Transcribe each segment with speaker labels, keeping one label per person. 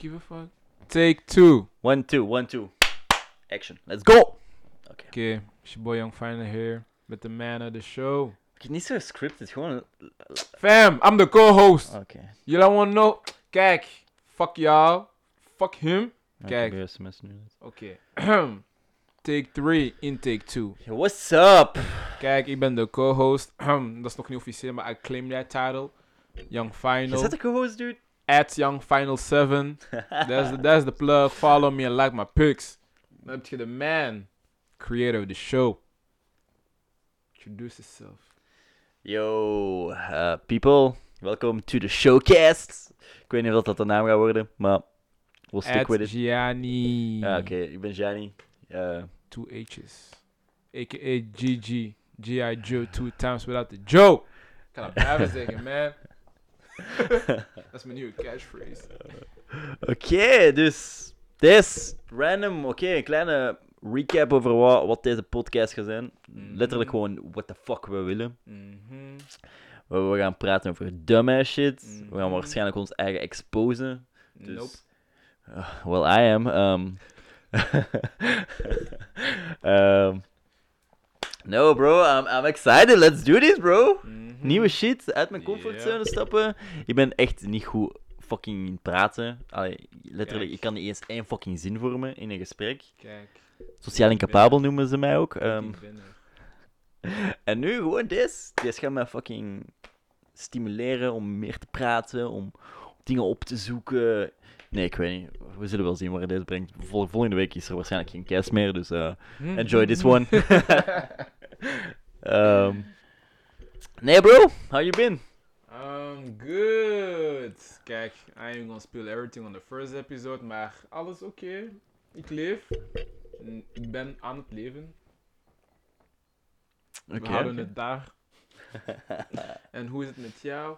Speaker 1: Give a fuck. Take two.
Speaker 2: One, two, one, two. Action. Let's go! Oké.
Speaker 1: Oké, it's your boy Young Finer here. Met de man of the show.
Speaker 2: Ik heb niet zo scripted, gewoon... Oké. Nou,
Speaker 1: Fam, I'm the
Speaker 2: Uh.
Speaker 1: co-host. Jullie want know? Kijk. Fuck jou. Fuck him. Kijk.
Speaker 2: Ik sms nu.
Speaker 1: Oké. take three in take two.
Speaker 2: What's up?
Speaker 1: Kijk, ik ben de co-host. Dat is nog niet officieel, maar I claim that title. Young
Speaker 2: Is
Speaker 1: Final.
Speaker 2: dat de co-host, dude?
Speaker 1: At Young Final 7. That's the, that's the plug. Follow me and like my pics. Dan heb je de man, creator of the show. Introduce yourself.
Speaker 2: Yo, eh, people. Welkom to the showcast. Ik weet niet of dat de naam gaat worden, maar... We'll stick
Speaker 1: At
Speaker 2: with it. Ah,
Speaker 1: Gianni.
Speaker 2: Ja, Oké, ik ben Gianni. Eh,
Speaker 1: Two H's. A.K.A. GG. G.I. Joe two times without the Joe. Kan dat blijven zeggen, man. dat is mijn nieuwe catchphrase.
Speaker 2: Oké, dus this random, oké, een kleine recap over wat, wat deze podcast gaat zijn.
Speaker 1: Mm.
Speaker 2: Letterlijk gewoon what the fuck we willen.
Speaker 1: Mhm.
Speaker 2: We, we gaan praten over dumbass shit. We
Speaker 1: Mhm.
Speaker 2: gaan waarschijnlijk ons eigen exposen. Dus,
Speaker 1: Nope.
Speaker 2: Eh, well, I am. ehm. Ehm, no, bro, I'm, I'm excited. Let's do this, bro.
Speaker 1: Mhm.
Speaker 2: Nieuwe shit, uit mijn comfortzone
Speaker 1: Ja.
Speaker 2: stappen. Ik ben echt niet goed fucking in praten. Allee, letterlijk,
Speaker 1: Kijk.
Speaker 2: ik kan niet eens één fucking zin vormen in een gesprek.
Speaker 1: Kijk.
Speaker 2: Sociaal incapabel noemen ze mij ook.
Speaker 1: kijk,
Speaker 2: Ehm,
Speaker 1: ik ben er.
Speaker 2: en nu gewoon dit. Dit gaat mij fucking stimuleren om meer te praten, om dingen op te zoeken. Nee, ik weet niet. We zullen wel zien waar dit brengt. Vol- volgende week is er waarschijnlijk geen kerst meer, dus eh,
Speaker 1: Mhm. Mm-hmm.
Speaker 2: enjoy this one. Ehm, nee, bro. How you been?
Speaker 1: Um, good. Kijk, I ain't gonna spill everything on the first episode, maar alles oké. Ik leef. Mm, Ik ben aan het leven.
Speaker 2: Oké.
Speaker 1: We houden het daar. en hoe is het met jou?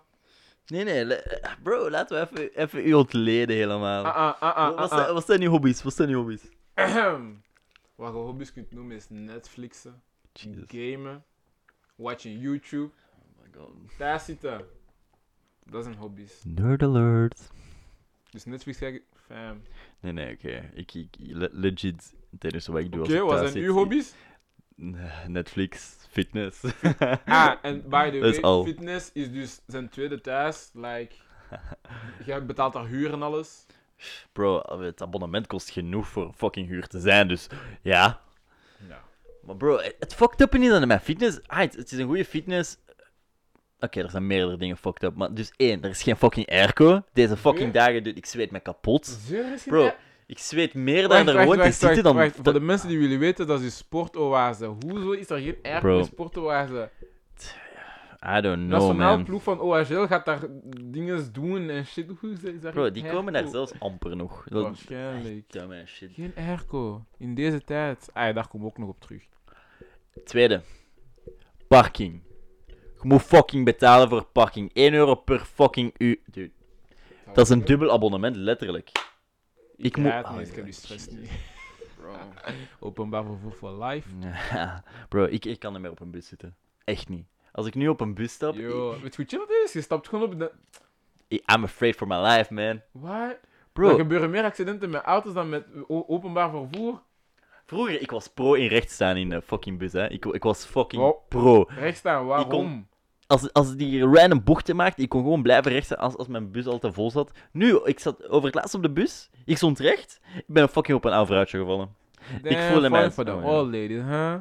Speaker 2: Nee, nee. le- eh, Bro, laten we even, even u ontleden helemaal.
Speaker 1: Ah, ah, ah, ah,
Speaker 2: Oh. wat,
Speaker 1: ah,
Speaker 2: zijn, wat zijn uw hobby's? Wat zijn uw hobby's?
Speaker 1: Ahem. Wat je hobby's kunt noemen is Netflixen,
Speaker 2: Jesus.
Speaker 1: gamen, watching YouTube.
Speaker 2: Oh my god.
Speaker 1: Daar zitten. Dat zijn hobby's.
Speaker 2: Nerd alert.
Speaker 1: Dus Netflix kijken, fam.
Speaker 2: Nee, nee, oké. Ik, ik le- legit, dit is wat ik doe
Speaker 1: Oké,
Speaker 2: als ik
Speaker 1: wat
Speaker 2: thuis
Speaker 1: zijn
Speaker 2: zit.
Speaker 1: uw hobby's?
Speaker 2: Nee, Netflix, fitness.
Speaker 1: Ah, en by the
Speaker 2: Dat is
Speaker 1: way,
Speaker 2: al.
Speaker 1: fitness is dus zijn tweede thuis. Like, jij betaalt daar huur en alles.
Speaker 2: Bro, het abonnement kost genoeg voor fucking huur te zijn, dus ja.
Speaker 1: Ja.
Speaker 2: Maar bro, het het fucked up niet aan mijn fitness. Ah, het, het is een goede fitness. Oké, er zijn meerdere dingen fucked up, maar dus één, er is geen fucking airco. Deze fucking dagen, dude, ik zweet me kapot. Bro, ik zweet meer dan er gewoon te zitten dan...
Speaker 1: Wacht, voor de mensen die willen weten, dat is dus sportoase. Hoezo is er geen airco
Speaker 2: Bro.
Speaker 1: in sportoase?
Speaker 2: I don't know,
Speaker 1: Nationaal
Speaker 2: man.
Speaker 1: ploeg van OHL gaat daar dingen doen en shit. Hoe is is daar
Speaker 2: Bro,
Speaker 1: geen
Speaker 2: die komen daar
Speaker 1: airco?
Speaker 2: zelfs amper nog.
Speaker 1: Oh,
Speaker 2: Dat,
Speaker 1: Waarschijnlijk.
Speaker 2: Dumbass shit.
Speaker 1: Geen airco. In deze tijd. Ah, daar komen we ook nog op terug.
Speaker 2: Tweede. Parking. Je moet fucking betalen voor parking. 1 euro per fucking uur. Dude, dat is een dubbel abonnement, letterlijk. Ik,
Speaker 1: Ik
Speaker 2: moet...
Speaker 1: haat
Speaker 2: Ah,
Speaker 1: me, ik heb die
Speaker 2: ja,
Speaker 1: stress
Speaker 2: Jesus,
Speaker 1: niet.
Speaker 2: bro.
Speaker 1: Openbaar vervoer voor life.
Speaker 2: Ja, bro, ik, ik kan niet meer op een bus zitten. Echt niet. Als ik nu op een bus stap...
Speaker 1: Yo, weet je wat het is? Je stapt gewoon op de...
Speaker 2: ik- I'm afraid for my life, man.
Speaker 1: Waar? Er
Speaker 2: Bro,
Speaker 1: gebeuren meer accidenten met auto's dan met o- openbaar vervoer.
Speaker 2: vroeger, ik was pro in rechts staan in de fucking bus, hè. Ik, ik was fucking
Speaker 1: Wow.
Speaker 2: pro.
Speaker 1: Rechts staan, waarom?
Speaker 2: Als, als die random bochten maakte, ik kon gewoon blijven rechts als, als mijn bus al te vol zat. Nu, ik zat over het laatst op de bus, ik stond recht, ik ben fucking op een oud vrouwtje gevallen.
Speaker 1: Damn,
Speaker 2: voelde
Speaker 1: fine
Speaker 2: mij-
Speaker 1: voor de
Speaker 2: oh, ja.
Speaker 1: old ladies, huh?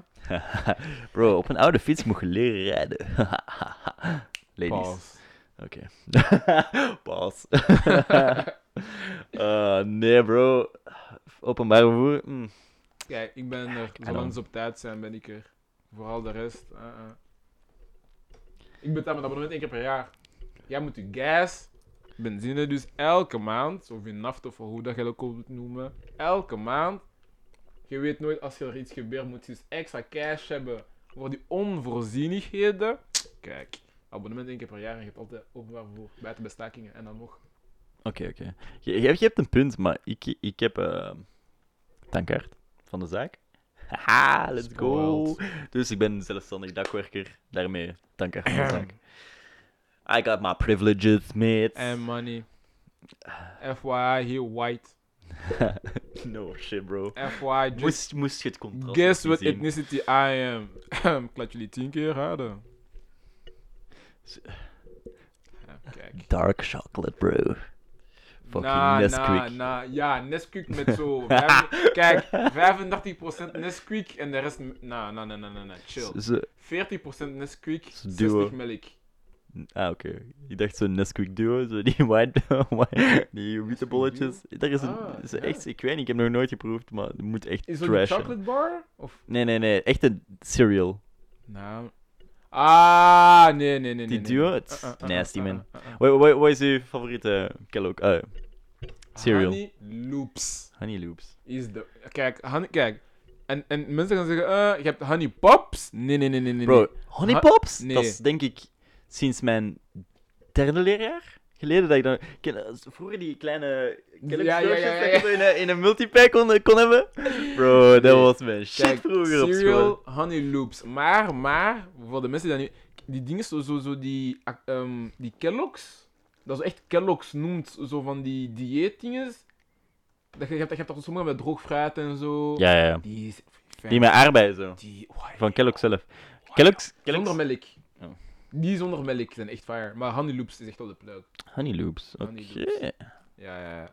Speaker 2: Bro, op een oude fiets, ik mocht leren rijden. Ladies.
Speaker 1: Pause.
Speaker 2: Oké. Pas. Eh, nee, bro. Openbaar vervoer. mm.
Speaker 1: Kijk, ik ben er.
Speaker 2: know.
Speaker 1: Zolang ze op tijd zijn, ben ik er. Vooral de rest. eh, eh. Ik betaal mijn abonnement één keer per jaar. Jij moet je gas, benzine dus elke maand, of je naft of hoe dat je dat ook wilt noemen, elke maand. Je weet nooit als er iets gebeurt, moet je dus extra cash hebben voor die onvoorzienigheden. Kijk, abonnement één keer per jaar en je hebt altijd openbaar vervoer, buiten bestakingen en dan nog.
Speaker 2: Oké, oké. Je, je hebt- je hebt een punt, maar ik, ik heb eh tankkaart van de zaak. Haha, let's go.
Speaker 1: Spoiled. Ehm.
Speaker 2: Dus ik ben zelfstandig dakwerker,
Speaker 1: Ehm.
Speaker 2: daarmee tankkaart van de zaak. I got my privileges, mate.
Speaker 1: En money. FYI, heel white.
Speaker 2: no shit, bro.
Speaker 1: FYI, Ehm, just
Speaker 2: Moest, moest je het contrast
Speaker 1: guess what
Speaker 2: zien.
Speaker 1: ethnicity I am. Ik laat jullie tien keer raden.
Speaker 2: Z-
Speaker 1: Ja, Kijk.
Speaker 2: Dark chocolate, bro. Fucking
Speaker 1: na, na,
Speaker 2: Nesquik.
Speaker 1: na, ja, Nesquik met zo. vijf- kijk, 35% Nesquik en de rest. Nou, nou, nou, nou, nou, nou, chill.
Speaker 2: Z- ze-
Speaker 1: 40% Nesquik,
Speaker 2: Ze duwen.
Speaker 1: 60 melk.
Speaker 2: Ah, oké. Ik dacht zo'n Nesquik duo, zo die white, white die witte
Speaker 1: Nesquik
Speaker 2: bolletjes. Daar is een,
Speaker 1: Ah,
Speaker 2: is
Speaker 1: ja.
Speaker 2: echt, ik weet niet, ik heb nog nooit geproefd, maar het moet echt
Speaker 1: Is dat een
Speaker 2: trash. zijn.
Speaker 1: chocolate bar? Of?
Speaker 2: Nee, nee, nee, echt een cereal.
Speaker 1: Nou. Ah, nee, nee, nee. nee,
Speaker 2: Die
Speaker 1: nee.
Speaker 2: duo, het is
Speaker 1: Ah, ah, ah,
Speaker 2: nasty,
Speaker 1: ah,
Speaker 2: man.
Speaker 1: ah, ah, ah.
Speaker 2: Wat- wat- Wat is je favoriete Kellogg? Eh, Cereal.
Speaker 1: Honey Loops
Speaker 2: Honey Loops.
Speaker 1: is de. Kijk, honey, kijk. En, en mensen gaan zeggen, eh, je hebt Honey Pops? Nee, nee, nee, nee. nee, nee.
Speaker 2: Bro, Honey Pops?
Speaker 1: nee.
Speaker 2: Dat is denk ik sinds mijn derde leerjaar geleden dat ik dan... Ken, eh, vroeger die kleine Kellogg's
Speaker 1: Ja, ja,
Speaker 2: doosjes
Speaker 1: ja, ja,
Speaker 2: dat je
Speaker 1: ja.
Speaker 2: zo in een, in een multipack kon, kon hebben. Bro, dat
Speaker 1: Nee.
Speaker 2: was mijn shit
Speaker 1: Kijk,
Speaker 2: vroeger op school.
Speaker 1: cereal, honey loops. Maar, maar, voor de mensen die dat nu... Die dingen, zo, zo, zo die, ah, ehm, die Kellogg's. Dat is echt Kellogg's noemt, zo van die dieetdinges. Dat je, je hebt, je hebt dat sommige met droog fruit en zo.
Speaker 2: Ja, ja, ja.
Speaker 1: Die is...
Speaker 2: Die met aardbeien zo.
Speaker 1: Die... why-
Speaker 2: Van Kellogg zelf. Kellogg's,
Speaker 1: Zonder
Speaker 2: Kellogg's...
Speaker 1: melk.
Speaker 2: Oh.
Speaker 1: Die zonder melk zijn echt fire. Maar honey loops is echt op de plek.
Speaker 2: Honey Loops, oké.
Speaker 1: Honey Loops. Ja, ja, ja.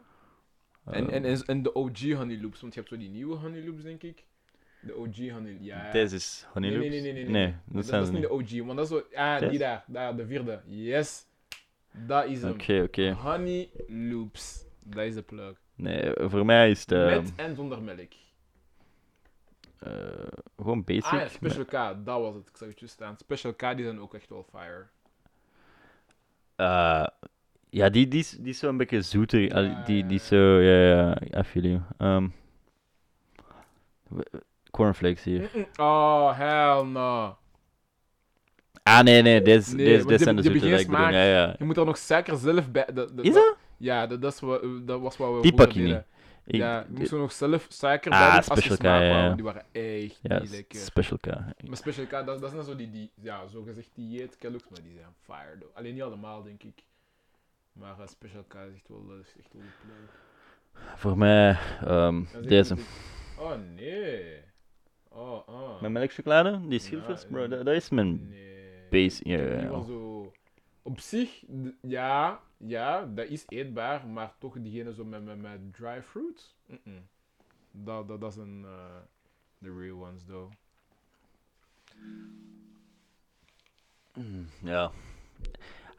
Speaker 2: Ehm.
Speaker 1: En, en, en, en de OG honey loops, want je hebt zo die nieuwe honey loops, denk ik. De OG honey... Ja, ja.
Speaker 2: Deze is Honey
Speaker 1: Eh, Nee, nee,
Speaker 2: Loops?
Speaker 1: nee, nee, nee,
Speaker 2: Nee,
Speaker 1: nee.
Speaker 2: dat
Speaker 1: Dat,
Speaker 2: zijn
Speaker 1: dat is
Speaker 2: ze
Speaker 1: niet
Speaker 2: niet.
Speaker 1: de OG, want dat is zo... Ah,
Speaker 2: Yes.
Speaker 1: die daar, daar, de vierde. Yes. Dat is hem.
Speaker 2: Oké, oké.
Speaker 1: Honey Loops. Dat is de plug.
Speaker 2: Nee, voor mij is het eh,
Speaker 1: Met en zonder melk.
Speaker 2: eh, gewoon basic.
Speaker 1: Ah, ja,
Speaker 2: maar-
Speaker 1: Special K, dat was het. Ik zag het juist staan. Special K, die zijn ook echt wel fire.
Speaker 2: Eh, ja, die, die, is, die is zo een beetje zoeter. Allee, die, die is
Speaker 1: Ja,
Speaker 2: zo, ja, ja, ja, I feel you. Ehm, w- cornflakes hier.
Speaker 1: Mm-mm. Oh, hell no.
Speaker 2: Ah, nee, nee, dit
Speaker 1: Nee,
Speaker 2: nee,
Speaker 1: want die-
Speaker 2: zijn de
Speaker 1: die
Speaker 2: zoete dat ik bedoel.
Speaker 1: beginsmaak-
Speaker 2: Ja, ja.
Speaker 1: Je moet er nog suiker zelf bij... dat- dat-
Speaker 2: Is
Speaker 1: dat-
Speaker 2: dat?
Speaker 1: Ja, dat, dat, is wat, dat was wat we
Speaker 2: Die
Speaker 1: vroeger
Speaker 2: pak je niet.
Speaker 1: deden.
Speaker 2: Ik-
Speaker 1: ja, je moest
Speaker 2: dit-
Speaker 1: er nog zelf suiker
Speaker 2: Ah,
Speaker 1: bij doen als je
Speaker 2: Special K,
Speaker 1: smaak
Speaker 2: ja,
Speaker 1: wou,
Speaker 2: ja.
Speaker 1: want Die waren echt
Speaker 2: ja,
Speaker 1: niet
Speaker 2: s-
Speaker 1: lekker.
Speaker 2: special K.
Speaker 1: Maar Special K, dat, dat zijn zo die, die ja, zogezegd dieet Kellogg's, maar die zijn fire though. Alleen niet allemaal, denk ik. Maar eh, Special K is echt wel, dat is echt wel de plek.
Speaker 2: Voor mij, ehm,
Speaker 1: Dat is echt
Speaker 2: deze.
Speaker 1: een- Oh nee. Oh, oh.
Speaker 2: Mijn melkchocolade, die schilfers,
Speaker 1: Ja,
Speaker 2: bro,
Speaker 1: ja.
Speaker 2: dat, dat is mijn
Speaker 1: Nee.
Speaker 2: base. Ja,
Speaker 1: Ik heb
Speaker 2: ja,
Speaker 1: die wel
Speaker 2: ja.
Speaker 1: zo... Op zich, d- ja, ja, dat is eetbaar, maar toch diegene zo met, met, met dry fruit? Mm-mm. Dat, dat, dat zijn eh, de real ones, though.
Speaker 2: Ja.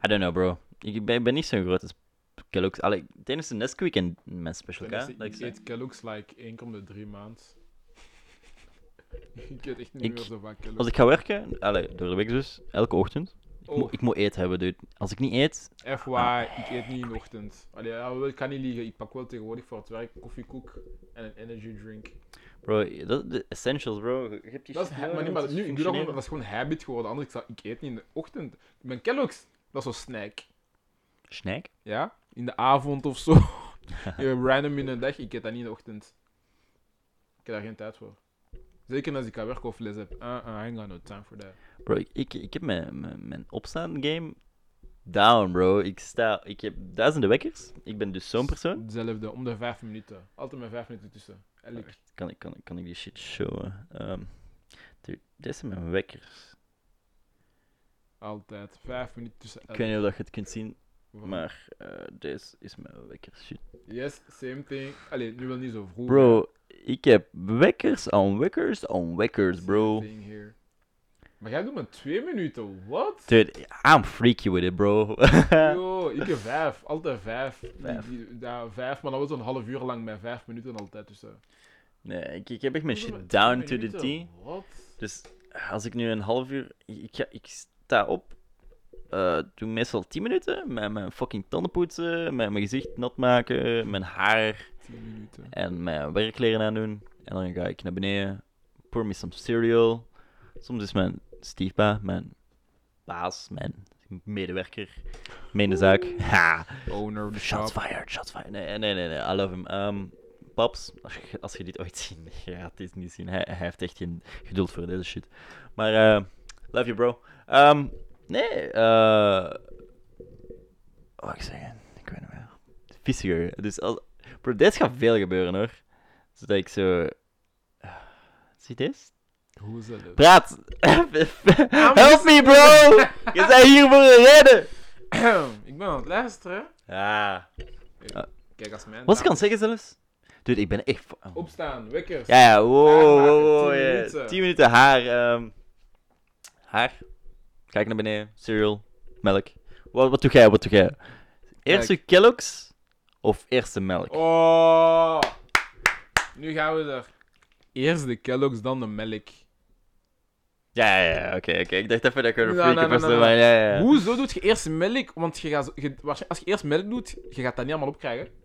Speaker 2: I don't know, bro. Ik ben, ben niet zo'n grote sp- Kellogg's. Allee, het enige is Nesquik en mijn special K.
Speaker 1: Ten eerste,
Speaker 2: dat ik
Speaker 1: ik
Speaker 2: zei.
Speaker 1: eet Kellogg's like één keer om de drie maanden. ik eet echt niet
Speaker 2: Ik-
Speaker 1: meer zo vaak
Speaker 2: Als
Speaker 1: Kellogg's.
Speaker 2: ik ga werken, allee, door de week dus, elke ochtend, ik,
Speaker 1: Oh.
Speaker 2: moet, ik moet eten hebben, dude. Als ik niet eet,
Speaker 1: FY, ik eet niet in de ochtend. Allee, ja, wel, ik kan niet liegen. Ik pak wel tegenwoordig voor het werk koffiekoek en een energy drink.
Speaker 2: bro, dat de essentials, bro. Je hebt die
Speaker 1: Dat is,
Speaker 2: shit
Speaker 1: ha-
Speaker 2: nodig
Speaker 1: maar niet,
Speaker 2: om
Speaker 1: maar
Speaker 2: te
Speaker 1: nu, ik doe dat, gewoon, dat
Speaker 2: functioneren.
Speaker 1: is gewoon habit geworden. Anders, ik, zou- ik eet niet in de ochtend. Mijn Kellogg's, dat is zo'n snack.
Speaker 2: Snack?
Speaker 1: Ja? In de avond of zo. Ja, Random in de dag, ik eet dat niet in de ochtend. Ik heb daar geen tijd voor. Zeker als ik aan werk of les heb. Uh, uh, I ain't got no time for that.
Speaker 2: Bro, ik- ik, ik heb mijn, mijn, mijn opstaan game down, bro. Ik sta, ik heb duizenden wekkers. Ik ben dus zo'n persoon.
Speaker 1: Hetzelfde, om de vijf minuten. Altijd met vijf minuten tussen. Elk.
Speaker 2: Kan ik, kan, ik- kan ik die shit showen? Ehm dude, dit zijn mijn wekkers.
Speaker 1: Altijd. Vijf minuten tussen elk.
Speaker 2: Ik weet niet of dat je het kunt zien,
Speaker 1: Voilà.
Speaker 2: maar eh deze is mijn wekker. Shit.
Speaker 1: Yes, same thing. Allee, nu wel niet zo vroeg. maar
Speaker 2: Bro, ik heb wekkers aan wekkers aan wekkers,
Speaker 1: same
Speaker 2: bro.
Speaker 1: thing here. Maar jij doet maar twee minuten, wat?
Speaker 2: Dude, I'm freaky with it, bro.
Speaker 1: Yo, ik heb vijf. Altijd vijf. Die-
Speaker 2: Vijf.
Speaker 1: die- ja, vijf, maar dan wordt het een half uur lang met vijf minuten altijd tussen.
Speaker 2: nee, ik, ik heb echt mijn
Speaker 1: Doe maar
Speaker 2: shit
Speaker 1: twee
Speaker 2: down to the
Speaker 1: minuten,
Speaker 2: T.
Speaker 1: Wat?
Speaker 2: Dus als ik nu een half uur. Ik, ga, ik sta op, eh, doe meestal 10 minuten. Met mijn fucking tanden poetsen, mijn, mijn gezicht nat maken, mijn haar
Speaker 1: Tien minuten.
Speaker 2: en mijn werkkleren aandoen. En dan ga ik naar beneden, pour me some cereal. Soms is mijn stiefpa, mijn baas, mijn medewerker, mee in de zaak. Ha!
Speaker 1: Owner of the
Speaker 2: Eh, Shots
Speaker 1: shop.
Speaker 2: fired, shots fired. Nee, nee, nee, nee, I love him. Ehm, Paps, als je, als je dit ooit ziet, je gaat dit niet zien. Hij, hij heeft echt geen geduld voor deze shit. Maar, eh, love you, bro. Ehm, nee, eh... Oh, ik zeg het, ik weet niet meer. vissiger. Dus als... Bro, dit gaat veel gebeuren hoor. Zodat ik zo. eh, Zie dit?
Speaker 1: Hoe is dat?
Speaker 2: Praat! Help me bro! Je bent hier voor een reden!
Speaker 1: ik ben aan het luisteren.
Speaker 2: Ah.
Speaker 1: Kijk, als mijn...
Speaker 2: Wat ik kan zeggen zelfs? Dude, ik ben echt. fa- oh.
Speaker 1: Opstaan, wekkers.
Speaker 2: Ja, ja, wow,
Speaker 1: Klaarmaken,
Speaker 2: wow, wow.
Speaker 1: 10
Speaker 2: ja. 10 minuten.
Speaker 1: minuten.
Speaker 2: haar. ehm, haar. Kijk naar beneden. Cereal. Melk. Wat, wat doe jij? Wat doe jij? Eerste Kellogg's of eerste melk?
Speaker 1: Oh! Nu gaan we er. Eerst de Kellogg's, dan de melk.
Speaker 2: Ja, ja, ja. Oké, oké. Ik dacht even dat ik er een
Speaker 1: Nee,
Speaker 2: freak
Speaker 1: nee,
Speaker 2: op
Speaker 1: nee,
Speaker 2: was.
Speaker 1: nee,
Speaker 2: maar ja, ja.
Speaker 1: Hoezo doet je eerst melk? Want je gaat, zo- je- waarsch- als je eerst melk doet, je gaat dat niet allemaal opkrijgen.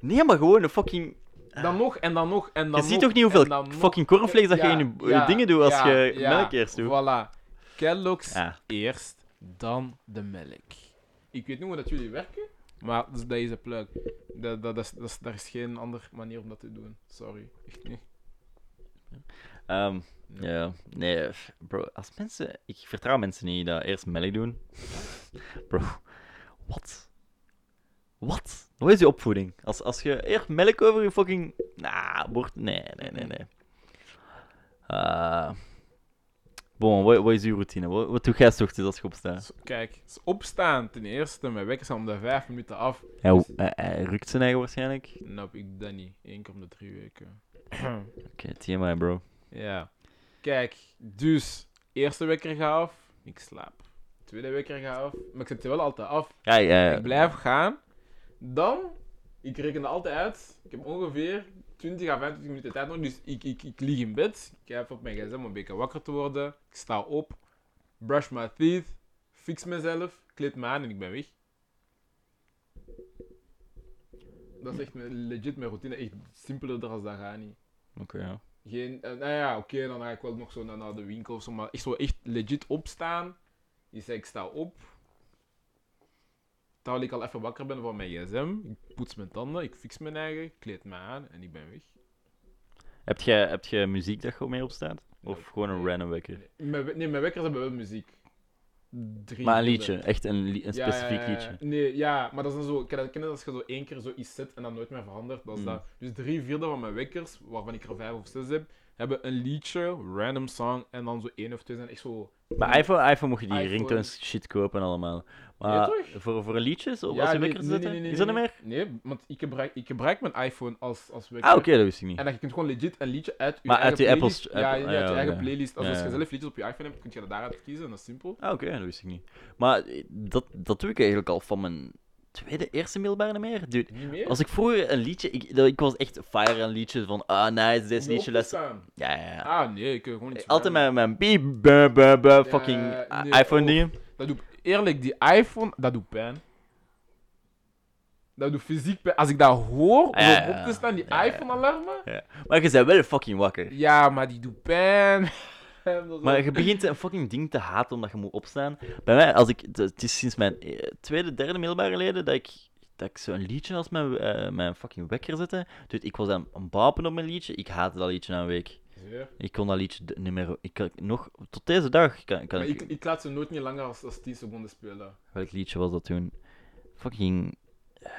Speaker 2: Nee, maar gewoon een fucking...
Speaker 1: Dan nog, en dan nog, en dan
Speaker 2: Ah. je
Speaker 1: nog,
Speaker 2: ziet toch niet
Speaker 1: en
Speaker 2: hoeveel
Speaker 1: dan nog.
Speaker 2: fucking cornflakes dat
Speaker 1: Ja,
Speaker 2: je in je
Speaker 1: ja,
Speaker 2: dingen doet als
Speaker 1: ja,
Speaker 2: je
Speaker 1: ja,
Speaker 2: melk eerst doet?
Speaker 1: Voilà. Kellogg's
Speaker 2: Ja.
Speaker 1: eerst, dan de melk. Ik weet niet hoe dat jullie werken, maar dat is, dat is een plug. Dat, dat, dat, is- dat is, daar is geen andere manier om dat te doen. Sorry. Echt niet.
Speaker 2: Ehm, ja, nee, f- bro, als mensen... Ik vertrouw mensen niet dat eerst melk doen. Bro, wat? Wat? Wat is je opvoeding? Als, als je eerst melk over je fucking... Nah, bord... Nee, nee, nee, nee. Eh, bon, wat, wat is je routine? Wat, wat doe jij 's ochtends als je opstaat?
Speaker 1: Zo, Kijk, dus opstaan ten eerste, mijn wekker zijn om de vijf minuten af.
Speaker 2: Hij, hij, hij rukt zijn eigen waarschijnlijk.
Speaker 1: Nope, ik doe dat niet. Eén keer om de drie weken.
Speaker 2: Oké, TMI, bro.
Speaker 1: ja. Kijk, dus, eerste wekker gaat af, ik slaap. Tweede wekker gaat af, maar ik zet ze wel altijd af.
Speaker 2: Ja, ja.
Speaker 1: Ik blijf gaan. Dan, ik reken dat altijd uit. Ik heb ongeveer 20 à 25 minuten tijd nog. Dus ik, ik, ik lig in bed. Ik ga even op mijn gsm om een beetje wakker te worden. Ik sta op. Brush my teeth. Fix mezelf. Kleed me aan en ik ben weg. Dat is echt mijn- legit mijn routine. Echt simpeler dan als dat gaat niet.
Speaker 2: Oké, ja.
Speaker 1: Geen, eh, nou ja, oké, dan ga ik wel nog zo naar, naar de winkel of zo, maar echt zo echt legit opstaan. Je zei, ik sta op. Terwijl ik al even wakker ben van mijn gsm, ik poets mijn tanden, ik fix mijn eigen, ik kleed me aan en ik ben weg.
Speaker 2: Heb jij heb jij muziek dat gewoon mee opstaat? Of
Speaker 1: Nope.
Speaker 2: gewoon een
Speaker 1: Nee.
Speaker 2: random wekker?
Speaker 1: Mijn, we- nee, mijn wekkers hebben wel muziek. Drie
Speaker 2: Maar een
Speaker 1: uur.
Speaker 2: liedje, echt een, li- een
Speaker 1: Ja,
Speaker 2: specifiek
Speaker 1: ja, ja, ja.
Speaker 2: liedje.
Speaker 1: Nee, ja, maar dat is dan zo, ik ken dat- ken dat als je zo één keer zoiets zet en dat nooit meer verandert, dat is
Speaker 2: Mm.
Speaker 1: dat. Dus drie vierde van mijn wekkers, waarvan ik er vijf of zes heb, hebben een liedje, random song, en dan zo één of twee zijn echt zo...
Speaker 2: Maar iPhone, iPhone mocht je die
Speaker 1: iPhone.
Speaker 2: ringtones shit kopen allemaal. Maar
Speaker 1: toch?
Speaker 2: voor, voor liedjes, of als je wekker zetten, is dat niet meer?
Speaker 1: meer? Nee, want ik gebruik, ik gebruik mijn iPhone als, als wekker.
Speaker 2: Ah, oké, dat wist ik niet.
Speaker 1: En dan je kunt gewoon legit een liedje uit je
Speaker 2: Maar
Speaker 1: eigen
Speaker 2: uit je
Speaker 1: playlist.
Speaker 2: Apple's-
Speaker 1: ja,
Speaker 2: Apple-
Speaker 1: ja, uit
Speaker 2: ja,
Speaker 1: je eigen
Speaker 2: oké.
Speaker 1: playlist. Als,
Speaker 2: Ja,
Speaker 1: als je
Speaker 2: ja.
Speaker 1: zelf liedjes op je iPhone hebt, kun je dat daaruit kiezen en dat is simpel.
Speaker 2: Ah, oké, dat wist ik niet. Maar eh, dat, dat doe ik eigenlijk al van mijn tweede, eerste middelbare niet meer. Dude,
Speaker 1: Niet meer?
Speaker 2: als ik vroeger een liedje... Ik, dat- ik was echt fire aan liedjes van, ah, nice, dit
Speaker 1: Om je
Speaker 2: liedje,
Speaker 1: op te
Speaker 2: les...
Speaker 1: staan.
Speaker 2: Ja, ja, ja.
Speaker 1: Ah, nee, ik kan gewoon niet.
Speaker 2: Altijd mijn, mijn beep, buh, buh, buh,
Speaker 1: Ja,
Speaker 2: fucking
Speaker 1: ja,
Speaker 2: i-
Speaker 1: nee,
Speaker 2: iPhone
Speaker 1: oh.
Speaker 2: dingen.
Speaker 1: Dat doet, eerlijk, die iPhone, dat doet pijn. Dat doet fysiek pijn. Als ik dat hoor, om
Speaker 2: Ah, Ja, ja,
Speaker 1: op te staan, die
Speaker 2: ja, ja.
Speaker 1: iPhone-alarmen.
Speaker 2: Ja. Maar je bent wel fucking wakker.
Speaker 1: Ja, maar die doet pijn. Dat is
Speaker 2: Maar je begint een fucking ding te haten omdat je moet opstaan. Bij mij, als ik, het is sinds mijn eh, tweede, derde middelbare leden dat ik, dat ik zo'n liedje als mijn, eh, mijn fucking wekker zette. Dus ik was aan het bapen op mijn liedje. Ik haatte dat liedje na een week.
Speaker 1: Zeer.
Speaker 2: Ik kon dat liedje d- niet meer... Ik kan, nog, tot deze dag kan, kan
Speaker 1: Maar
Speaker 2: ik,
Speaker 1: ik, ik laat ze nooit meer langer als, als 10 seconden spelen.
Speaker 2: Welk liedje was dat toen? Fucking... eh,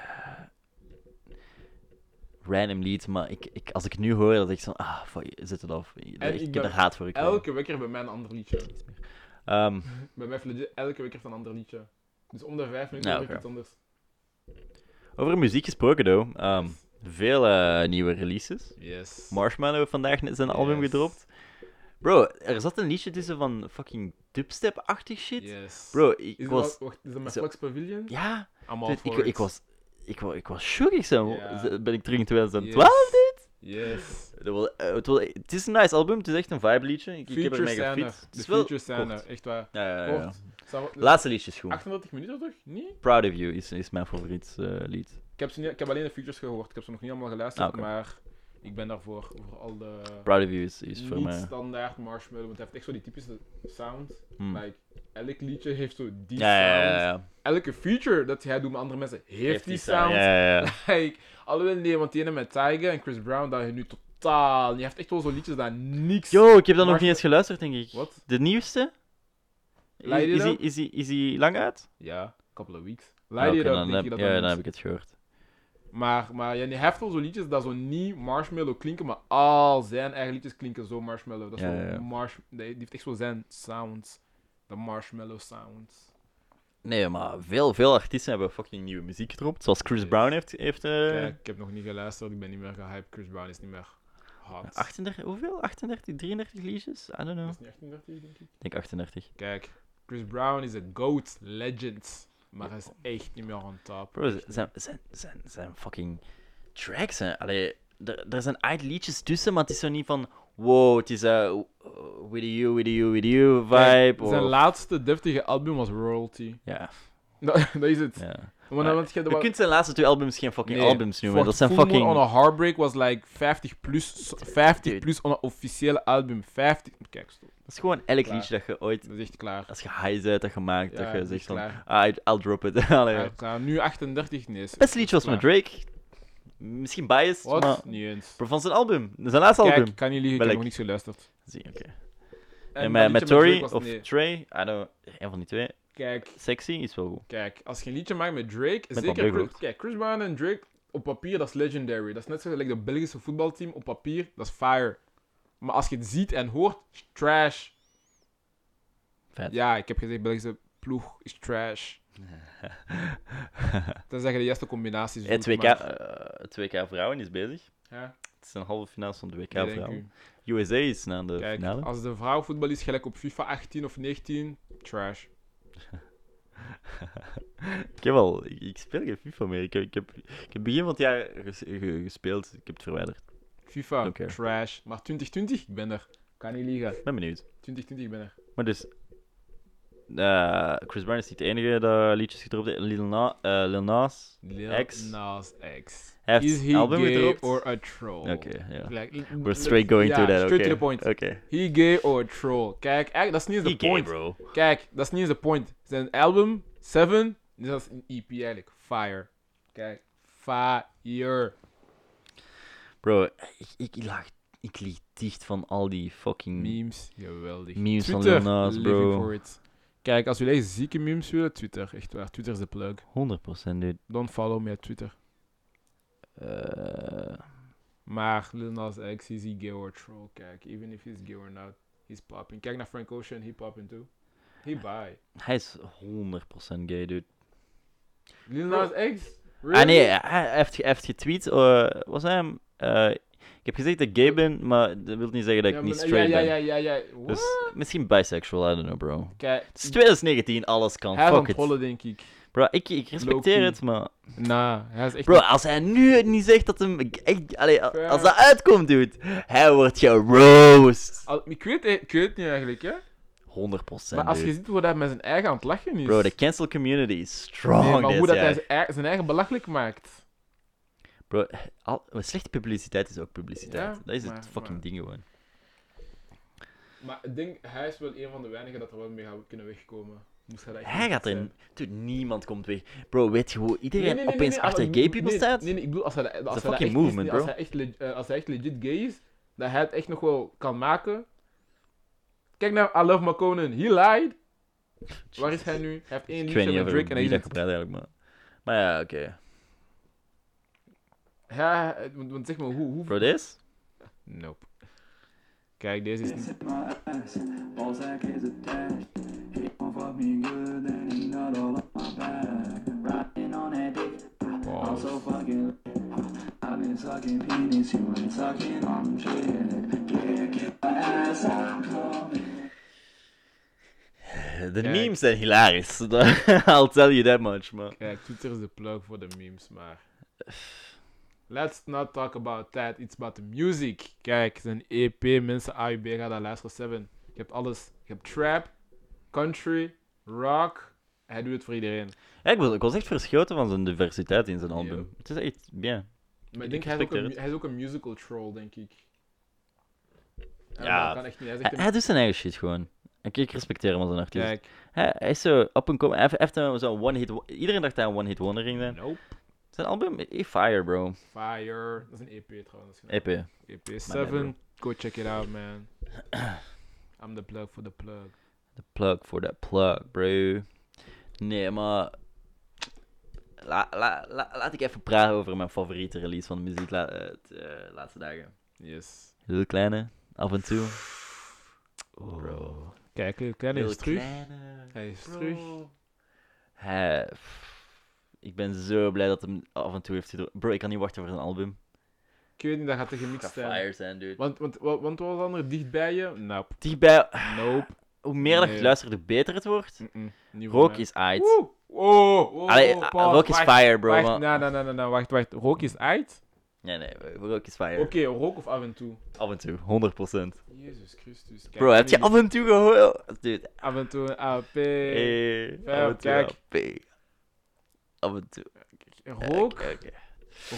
Speaker 2: random lied, maar ik, ik, als ik nu hoor, dat ik zo... Ah, fuck, zet het af. Ik,
Speaker 1: En ik
Speaker 2: ik heb
Speaker 1: ben
Speaker 2: er haat voor gekregen.
Speaker 1: Elke wekker bij mij een ander liedje.
Speaker 2: Ehm,
Speaker 1: Bij mij heeft legit elke week heeft een ander liedje. Dus om de vijf minuten
Speaker 2: Ja,
Speaker 1: hoor ik
Speaker 2: oké.
Speaker 1: iets anders.
Speaker 2: Over muziek gesproken, though. Ehm, veel eh, nieuwe releases.
Speaker 1: Yes.
Speaker 2: Marshmallow heeft vandaag net zijn album
Speaker 1: Yes.
Speaker 2: gedropt. Bro, er zat een liedje tussen van fucking dubstep-achtig shit.
Speaker 1: Yes.
Speaker 2: Bro, ik
Speaker 1: is
Speaker 2: was...
Speaker 1: was... Wacht, is dat mijn
Speaker 2: zo-
Speaker 1: Flux Pavilion?
Speaker 2: Ja,
Speaker 1: I'm all
Speaker 2: dude, ik,
Speaker 1: for
Speaker 2: ik was... Ik, wa- ik was shockig zo.
Speaker 1: Ja.
Speaker 2: Z- Ben ik terug in 2012?
Speaker 1: 12 dit? Yes.
Speaker 2: Dat wel- eh, het, wel- het is een nice album, het is echt een vibe liedje. Ik, ik heb
Speaker 1: Future
Speaker 2: ermee
Speaker 1: Santa.
Speaker 2: gefietst. Het
Speaker 1: De
Speaker 2: is wel
Speaker 1: Future Santa.
Speaker 2: kort.
Speaker 1: Echt waar.
Speaker 2: Ja, ja, ja, ja.
Speaker 1: Kort. Zou-
Speaker 2: Laatste liedje is goed.
Speaker 1: 38 minuten toch? Nee?
Speaker 2: Proud of You is, is mijn favoriet eh, lied.
Speaker 1: Ik heb, ze niet, ik heb alleen de features gehoord. Ik heb ze nog niet allemaal geluisterd,
Speaker 2: Ah, oké.
Speaker 1: maar ik ben daarvoor. Voor al de
Speaker 2: Proud of You is, is voor
Speaker 1: niet
Speaker 2: mij...
Speaker 1: standaard marshmallow. Want hij heeft echt zo die typische sound.
Speaker 2: Hmm.
Speaker 1: Like, elk liedje heeft zo die
Speaker 2: Ja, ja,
Speaker 1: sound.
Speaker 2: ja, ja.
Speaker 1: elke feature dat hij doet met andere mensen, heeft, die sound.
Speaker 2: Ja, ja, ja.
Speaker 1: Like, alhoewel nee, want die ene met Tiger en Chris Brown, dat je nu totaal... Je hebt echt wel zo'n liedjes dat niks...
Speaker 2: Yo, ik heb dat nog
Speaker 1: Maar-
Speaker 2: niet eens geluisterd, denk ik.
Speaker 1: Wat?
Speaker 2: De nieuwste? Is,
Speaker 1: Laat je die
Speaker 2: is,
Speaker 1: dan?
Speaker 2: die, is, die, is die lang uit?
Speaker 1: Ja, couple of weeks. Laat je
Speaker 2: oké,
Speaker 1: dat,
Speaker 2: dan,
Speaker 1: denk
Speaker 2: heb,
Speaker 1: je dat
Speaker 2: ja,
Speaker 1: dan
Speaker 2: dan
Speaker 1: niet.
Speaker 2: heb ik het gehoord.
Speaker 1: Maar, maar ja, die heeft wel zo liedjes dat zo niet marshmallow klinken, maar al zijn eigen liedjes klinken zo marshmallow. Dat is
Speaker 2: Ja,
Speaker 1: zo
Speaker 2: ja, ja.
Speaker 1: marsh, die die heeft echt zo zijn sounds. De marshmallow sounds.
Speaker 2: Nee, maar veel, veel artiesten hebben fucking nieuwe muziek gedropt. Zoals Chris
Speaker 1: Yes.
Speaker 2: Brown heeft... heeft eh,
Speaker 1: Kijk, ik heb nog niet geluisterd, ik ben niet meer gehyped. Chris Brown is niet meer hot.
Speaker 2: 38, hoeveel? 38, 33 liedjes? I don't know.
Speaker 1: Is het niet 38, denk ik.
Speaker 2: Ik denk 38.
Speaker 1: Kijk, Chris Brown is een GOAT, legend. Maar hij is echt niet meer on top.
Speaker 2: Bro, z- zijn, zijn, zijn, zijn fucking tracks, hè. Allee, er, er zijn uit liedjes tussen, maar het is zo niet van... Wow, het is eh, w- with you, with you, with you
Speaker 1: Kijk,
Speaker 2: vibe.
Speaker 1: Zijn
Speaker 2: of-
Speaker 1: laatste deftige album was Royalty.
Speaker 2: Ja,
Speaker 1: Dat, dat is het.
Speaker 2: ja.
Speaker 1: Want
Speaker 2: Maar
Speaker 1: dan had je de
Speaker 2: Je
Speaker 1: wa-
Speaker 2: kunt zijn laatste twee albums geen fucking
Speaker 1: Nee,
Speaker 2: albums noemen.
Speaker 1: fuck,
Speaker 2: Dat zijn
Speaker 1: Full Moon Oh,
Speaker 2: fucking...
Speaker 1: on a Heartbreak was like 50 plus, 50
Speaker 2: Dude.
Speaker 1: plus on een officiële album. 50. Kijk, stop.
Speaker 2: Dat is gewoon elk
Speaker 1: Klaar.
Speaker 2: liedje dat je ooit...
Speaker 1: Dat is echt klaar.
Speaker 2: Als je high bent, dat je maakt,
Speaker 1: Ja,
Speaker 2: dat je
Speaker 1: dat is
Speaker 2: zegt van...
Speaker 1: klaar.
Speaker 2: Ah, I- I'll drop it. Allee.
Speaker 1: Ja, klaar. Nu 38, nee. is-
Speaker 2: Het beste liedje was
Speaker 1: klaar.
Speaker 2: van Drake. Misschien biased, maar...
Speaker 1: Wat? Niet eens.
Speaker 2: maar Van zijn album. Zijn laatste
Speaker 1: Kijk,
Speaker 2: album.
Speaker 1: ik kan niet liegen, ik
Speaker 2: Welk?
Speaker 1: heb nog niets geluisterd.
Speaker 2: Zie, oké.
Speaker 1: En
Speaker 2: En,
Speaker 1: dat
Speaker 2: met,
Speaker 1: liedje
Speaker 2: met Tory
Speaker 1: Drake was-
Speaker 2: of
Speaker 1: nee.
Speaker 2: Trey, I don't... Een van die twee.
Speaker 1: Kijk,
Speaker 2: Sexy is wel goed.
Speaker 1: Kijk, als je een liedje maakt met Drake,
Speaker 2: Met
Speaker 1: zeker
Speaker 2: Van Brugge
Speaker 1: Chris,
Speaker 2: ook.
Speaker 1: kijk, Chris Brown en Drake op papier, dat is legendary. Dat is net zoals like, de Belgische voetbalteam op papier, dat is fire. Maar als je het ziet en hoort, is trash.
Speaker 2: Vet.
Speaker 1: Ja, ik heb gezegd, Belgische ploeg is trash. Tenzij je de juiste combinaties
Speaker 2: Het
Speaker 1: doet,
Speaker 2: 2K,
Speaker 1: maar-
Speaker 2: eh, het WK vrouwen is bezig.
Speaker 1: Ja,
Speaker 2: Het is een halve finale van de WK
Speaker 1: ik denk
Speaker 2: vrouwen.
Speaker 1: u.
Speaker 2: USA is na de
Speaker 1: Kijk,
Speaker 2: finale.
Speaker 1: als de vrouw voetbal is gelijk op FIFA 18 of 19, trash.
Speaker 2: Ik heb al... Ik, ik speel geen FIFA meer. Ik heb, ik heb, ik heb begin van het jaar ges- ge- gespeeld. Ik heb het verwijderd.
Speaker 1: FIFA,
Speaker 2: Oké.
Speaker 1: trash. Maar 2020, ik ben er. Kan niet liegen.
Speaker 2: Ik ben benieuwd.
Speaker 1: 2020, ik ben er.
Speaker 2: Maar dus... eh, Chris Brown is niet de enige dat liedjes gedropt heeft. Lil, Na, eh, Lil Nas...
Speaker 1: Lil
Speaker 2: X.
Speaker 1: Nas X.
Speaker 2: Hij heeft
Speaker 1: Is he
Speaker 2: album
Speaker 1: gay
Speaker 2: gedropt.
Speaker 1: or a troll?
Speaker 2: Oké, ja.
Speaker 1: Like,
Speaker 2: We're straight going
Speaker 1: ja,
Speaker 2: to that, oké.
Speaker 1: Straight to the point.
Speaker 2: Oké.
Speaker 1: He gay or a troll? Kijk, eigenlijk, dat is niet eens de
Speaker 2: Die gay,
Speaker 1: point.
Speaker 2: bro.
Speaker 1: Kijk, dat is niet eens de point. Zijn album, Seven, dat is E een EP eigenlijk. Fire. Kijk, fire.
Speaker 2: Bro, ik, ik, lag, ik lieg dicht van al die fucking...
Speaker 1: Memes, geweldig.
Speaker 2: Hmm. Memes van
Speaker 1: Twitter,
Speaker 2: Lil Nas,
Speaker 1: living
Speaker 2: bro.
Speaker 1: for it. Kijk, als jullie echt zieke memes willen, Twitter. Echt waar, Twitter is de plug.
Speaker 2: 100% dude.
Speaker 1: Don't follow me at Twitter.
Speaker 2: Eh,
Speaker 1: Maar Lil Nas X, is he gay or troll? Kijk, even if he's gay or not, he's popping. Kijk naar Frank Ocean, he popping too. He bi.
Speaker 2: hij is 100% gay, dude.
Speaker 1: Lil Nas X?
Speaker 2: Ah nee, hij hij heeft, ge- hij heeft getweet. eh, was hij hem? Eh, ik heb gezegd dat ik gay ben, maar dat wil niet zeggen dat ik
Speaker 1: Ja,
Speaker 2: niet
Speaker 1: maar-
Speaker 2: straight
Speaker 1: ja,
Speaker 2: ben.
Speaker 1: ja, ja, ja, ja. What?
Speaker 2: Dus misschien bisexual, I don't know, bro.
Speaker 1: Kijk,
Speaker 2: Het is 2019, alles kan.
Speaker 1: hij is aan
Speaker 2: Oh, Fuck
Speaker 1: het
Speaker 2: it.
Speaker 1: hollen, denk ik.
Speaker 2: Bro, ik, ik respecteer
Speaker 1: Low-key.
Speaker 2: het, maar...
Speaker 1: Nah, hij is echt...
Speaker 2: Bro, als hij nu het niet zegt dat hem... Echt, allee, a- als dat uitkomt, dude. Hij wordt geroost. 100%,
Speaker 1: Al- ik, weet, ik weet het niet eigenlijk, hè. Maar als je
Speaker 2: dude.
Speaker 1: ziet hoe hij met zijn eigen aan het lachen is...
Speaker 2: Bro, de cancel community is strong
Speaker 1: Nee, maar
Speaker 2: dit
Speaker 1: hoe dat hij
Speaker 2: jaar.
Speaker 1: zijn eigen, zijn eigen belachelijk maakt.
Speaker 2: Bro, al, slechte publiciteit is ook publiciteit.
Speaker 1: Ja,
Speaker 2: dat is
Speaker 1: maar-
Speaker 2: het fucking
Speaker 1: maar-
Speaker 2: ding gewoon.
Speaker 1: Maar ik denk, hij is wel een van de weinigen dat er wel mee gaat kunnen wegkomen. Moest hij dat echt
Speaker 2: Hij gaat
Speaker 1: zijn.
Speaker 2: er... Dude, niemand komt weg. Bro, weet je hoe iedereen
Speaker 1: Nee, nee, nee,
Speaker 2: opeens
Speaker 1: nee, nee,
Speaker 2: achter
Speaker 1: als-
Speaker 2: gay people
Speaker 1: nee,
Speaker 2: staat?
Speaker 1: Nee, nee, ik bedoel, als hij, als hij,
Speaker 2: een
Speaker 1: dat
Speaker 2: fucking
Speaker 1: echt
Speaker 2: movement,
Speaker 1: is,
Speaker 2: bro.
Speaker 1: Als hij, echt, leg- eh, als hij echt legit gay is, dat hij het echt nog wel kan maken. Kijk naar I Love My Conan. He lied. Waar is hij nu? Hij heeft één
Speaker 2: Ik weet
Speaker 1: liedje
Speaker 2: niet
Speaker 1: met
Speaker 2: over
Speaker 1: Drake en hij
Speaker 2: wie
Speaker 1: is
Speaker 2: dat
Speaker 1: het.
Speaker 2: gepraat eigenlijk, maar... Maar ja, oké.
Speaker 1: Ja, eh, want, want zeg maar, hoe... hoe...
Speaker 2: Bro, deze?
Speaker 1: Nope. Kijk, deze is...
Speaker 3: Is it my ass? Ballsack is attached. He won't fuck me good and he not all on my back. Riding on that dick. I'm
Speaker 1: Pause.
Speaker 3: so fucking. I've been sucking penis, you ain't sucking on shit. Yeah, get my ass, I'm coming.
Speaker 2: Eh, De memes zijn hilarisch. I'll tell you that much, man.
Speaker 1: Kijk, Twitter is de plug voor de memes, maar... Let's not talk about that. It's about the music. Kijk, zijn EP, E mensen, AUB, ga daar luisteren. Seven. Je hebt alles. Je hebt trap, country, rock. Hij doet het voor iedereen.
Speaker 2: Ja, ik, was, ik was echt verschoten van zijn diversiteit in zijn album. Het is echt, ja.
Speaker 1: Maar ik denk,
Speaker 2: Ik
Speaker 1: hij is, ook
Speaker 2: respecteer
Speaker 1: een,
Speaker 2: het.
Speaker 1: hij is ook een musical troll, denk ik. Ja.
Speaker 2: Ja.
Speaker 1: dat kan echt niet. Hij is
Speaker 2: Hij,
Speaker 1: echt een-
Speaker 2: hij doet zijn eigen shit gewoon. Ik, ik respecteer hem als een artiest.
Speaker 1: Kijk.
Speaker 2: Hij, hij is zo up and coming. Hij heeft- heeft een- zo'n one-hit... wo- Iedereen dacht dat hij een one-hit wonder ging zijn.
Speaker 1: Nope.
Speaker 2: Zijn album, eh, fire, bro. E
Speaker 1: Fire. Dat is een EP trouwens.
Speaker 2: EP.
Speaker 1: EP
Speaker 2: bro.
Speaker 1: 7. Go check it out, man. I'm the plug for the plug.
Speaker 2: The plug for that plug, bro. Nee, maar... La, la, la- laat ik even praten over mijn favoriete release van de muziek la, eh, t- eh, laatste dagen.
Speaker 1: Yes.
Speaker 2: Heel kleine, af en toe.
Speaker 1: Bro. Kijk, Lil Kleine
Speaker 2: Lil
Speaker 1: is terug.
Speaker 2: Kleine,
Speaker 1: Hij is
Speaker 2: bro.
Speaker 1: terug.
Speaker 2: Hij- pff, ik ben zo blij dat hem af en toe heeft gedro- Bro, ik kan niet wachten voor zijn album.
Speaker 1: Ik weet niet, dat gaat de
Speaker 2: Ik ga
Speaker 1: gemixt zijn.
Speaker 2: fire zijn, dude.
Speaker 1: Want, want, wa- want wat was ander dicht bij je? Nope.
Speaker 2: Dichtbij,
Speaker 1: Nope.
Speaker 2: hoe meer dat je
Speaker 1: Nee.
Speaker 2: luistert, hoe beter het wordt.
Speaker 1: Mm-mm. Niet voor
Speaker 2: Rook
Speaker 1: mij.
Speaker 2: is uit.
Speaker 1: Woe! Oh, oh,
Speaker 2: Allee,
Speaker 1: oh,
Speaker 2: ah,
Speaker 1: Paul,
Speaker 2: rook is
Speaker 1: wacht,
Speaker 2: fire, bro.
Speaker 1: Wacht,
Speaker 2: maar-
Speaker 1: nee, nee, nee, nee, nee, wacht, wacht. Rook is uit?
Speaker 2: Nee, nee, rook is fire.
Speaker 1: Oké, rook of af en toe?
Speaker 2: Af en toe, 100%.
Speaker 1: Jezus Christus. Kijk,
Speaker 2: Bro, heb je
Speaker 1: jullie-
Speaker 2: af en toe gehoord? Dude,
Speaker 1: af en toe een AP?
Speaker 2: hey,
Speaker 1: fair,
Speaker 2: af en toe.
Speaker 1: kijk.
Speaker 2: AP. Af en toe.
Speaker 1: Rook?
Speaker 2: Oké, oké.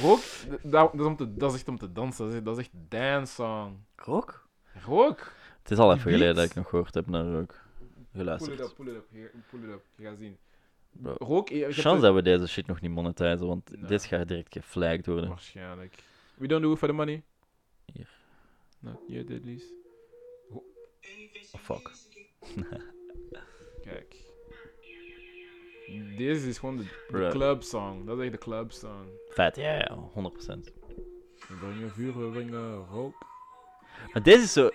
Speaker 1: Rook? d- Dat, dat, is om te, dat is echt om te dansen. Dat is, dat is echt dance song.
Speaker 2: Rook?
Speaker 1: Rook?
Speaker 2: Het is al
Speaker 1: Die
Speaker 2: even geleden dat
Speaker 1: beats.
Speaker 2: ik nog gehoord heb naar rook.
Speaker 1: Pull it
Speaker 2: Geluisterd.
Speaker 1: up, pull it up. Je- Pull it up. Je gaat zien.
Speaker 2: Bro.
Speaker 1: Rook? ik heb
Speaker 2: Chance
Speaker 1: het-
Speaker 2: dat we deze shit nog niet monetizen, want
Speaker 1: Nee.
Speaker 2: dit gaat direct geflagged worden.
Speaker 1: Waarschijnlijk. We don't do it for the money.
Speaker 2: Hier.
Speaker 1: Not yet, at least.
Speaker 2: Oh, fuck.
Speaker 1: Kijk. Deze is gewoon de, de
Speaker 2: Bro.
Speaker 1: club song. Dat is echt de club song.
Speaker 2: Vet, ja, ja, 100%.
Speaker 1: We brengen vuur, we brengen rook.
Speaker 2: Maar deze is zo.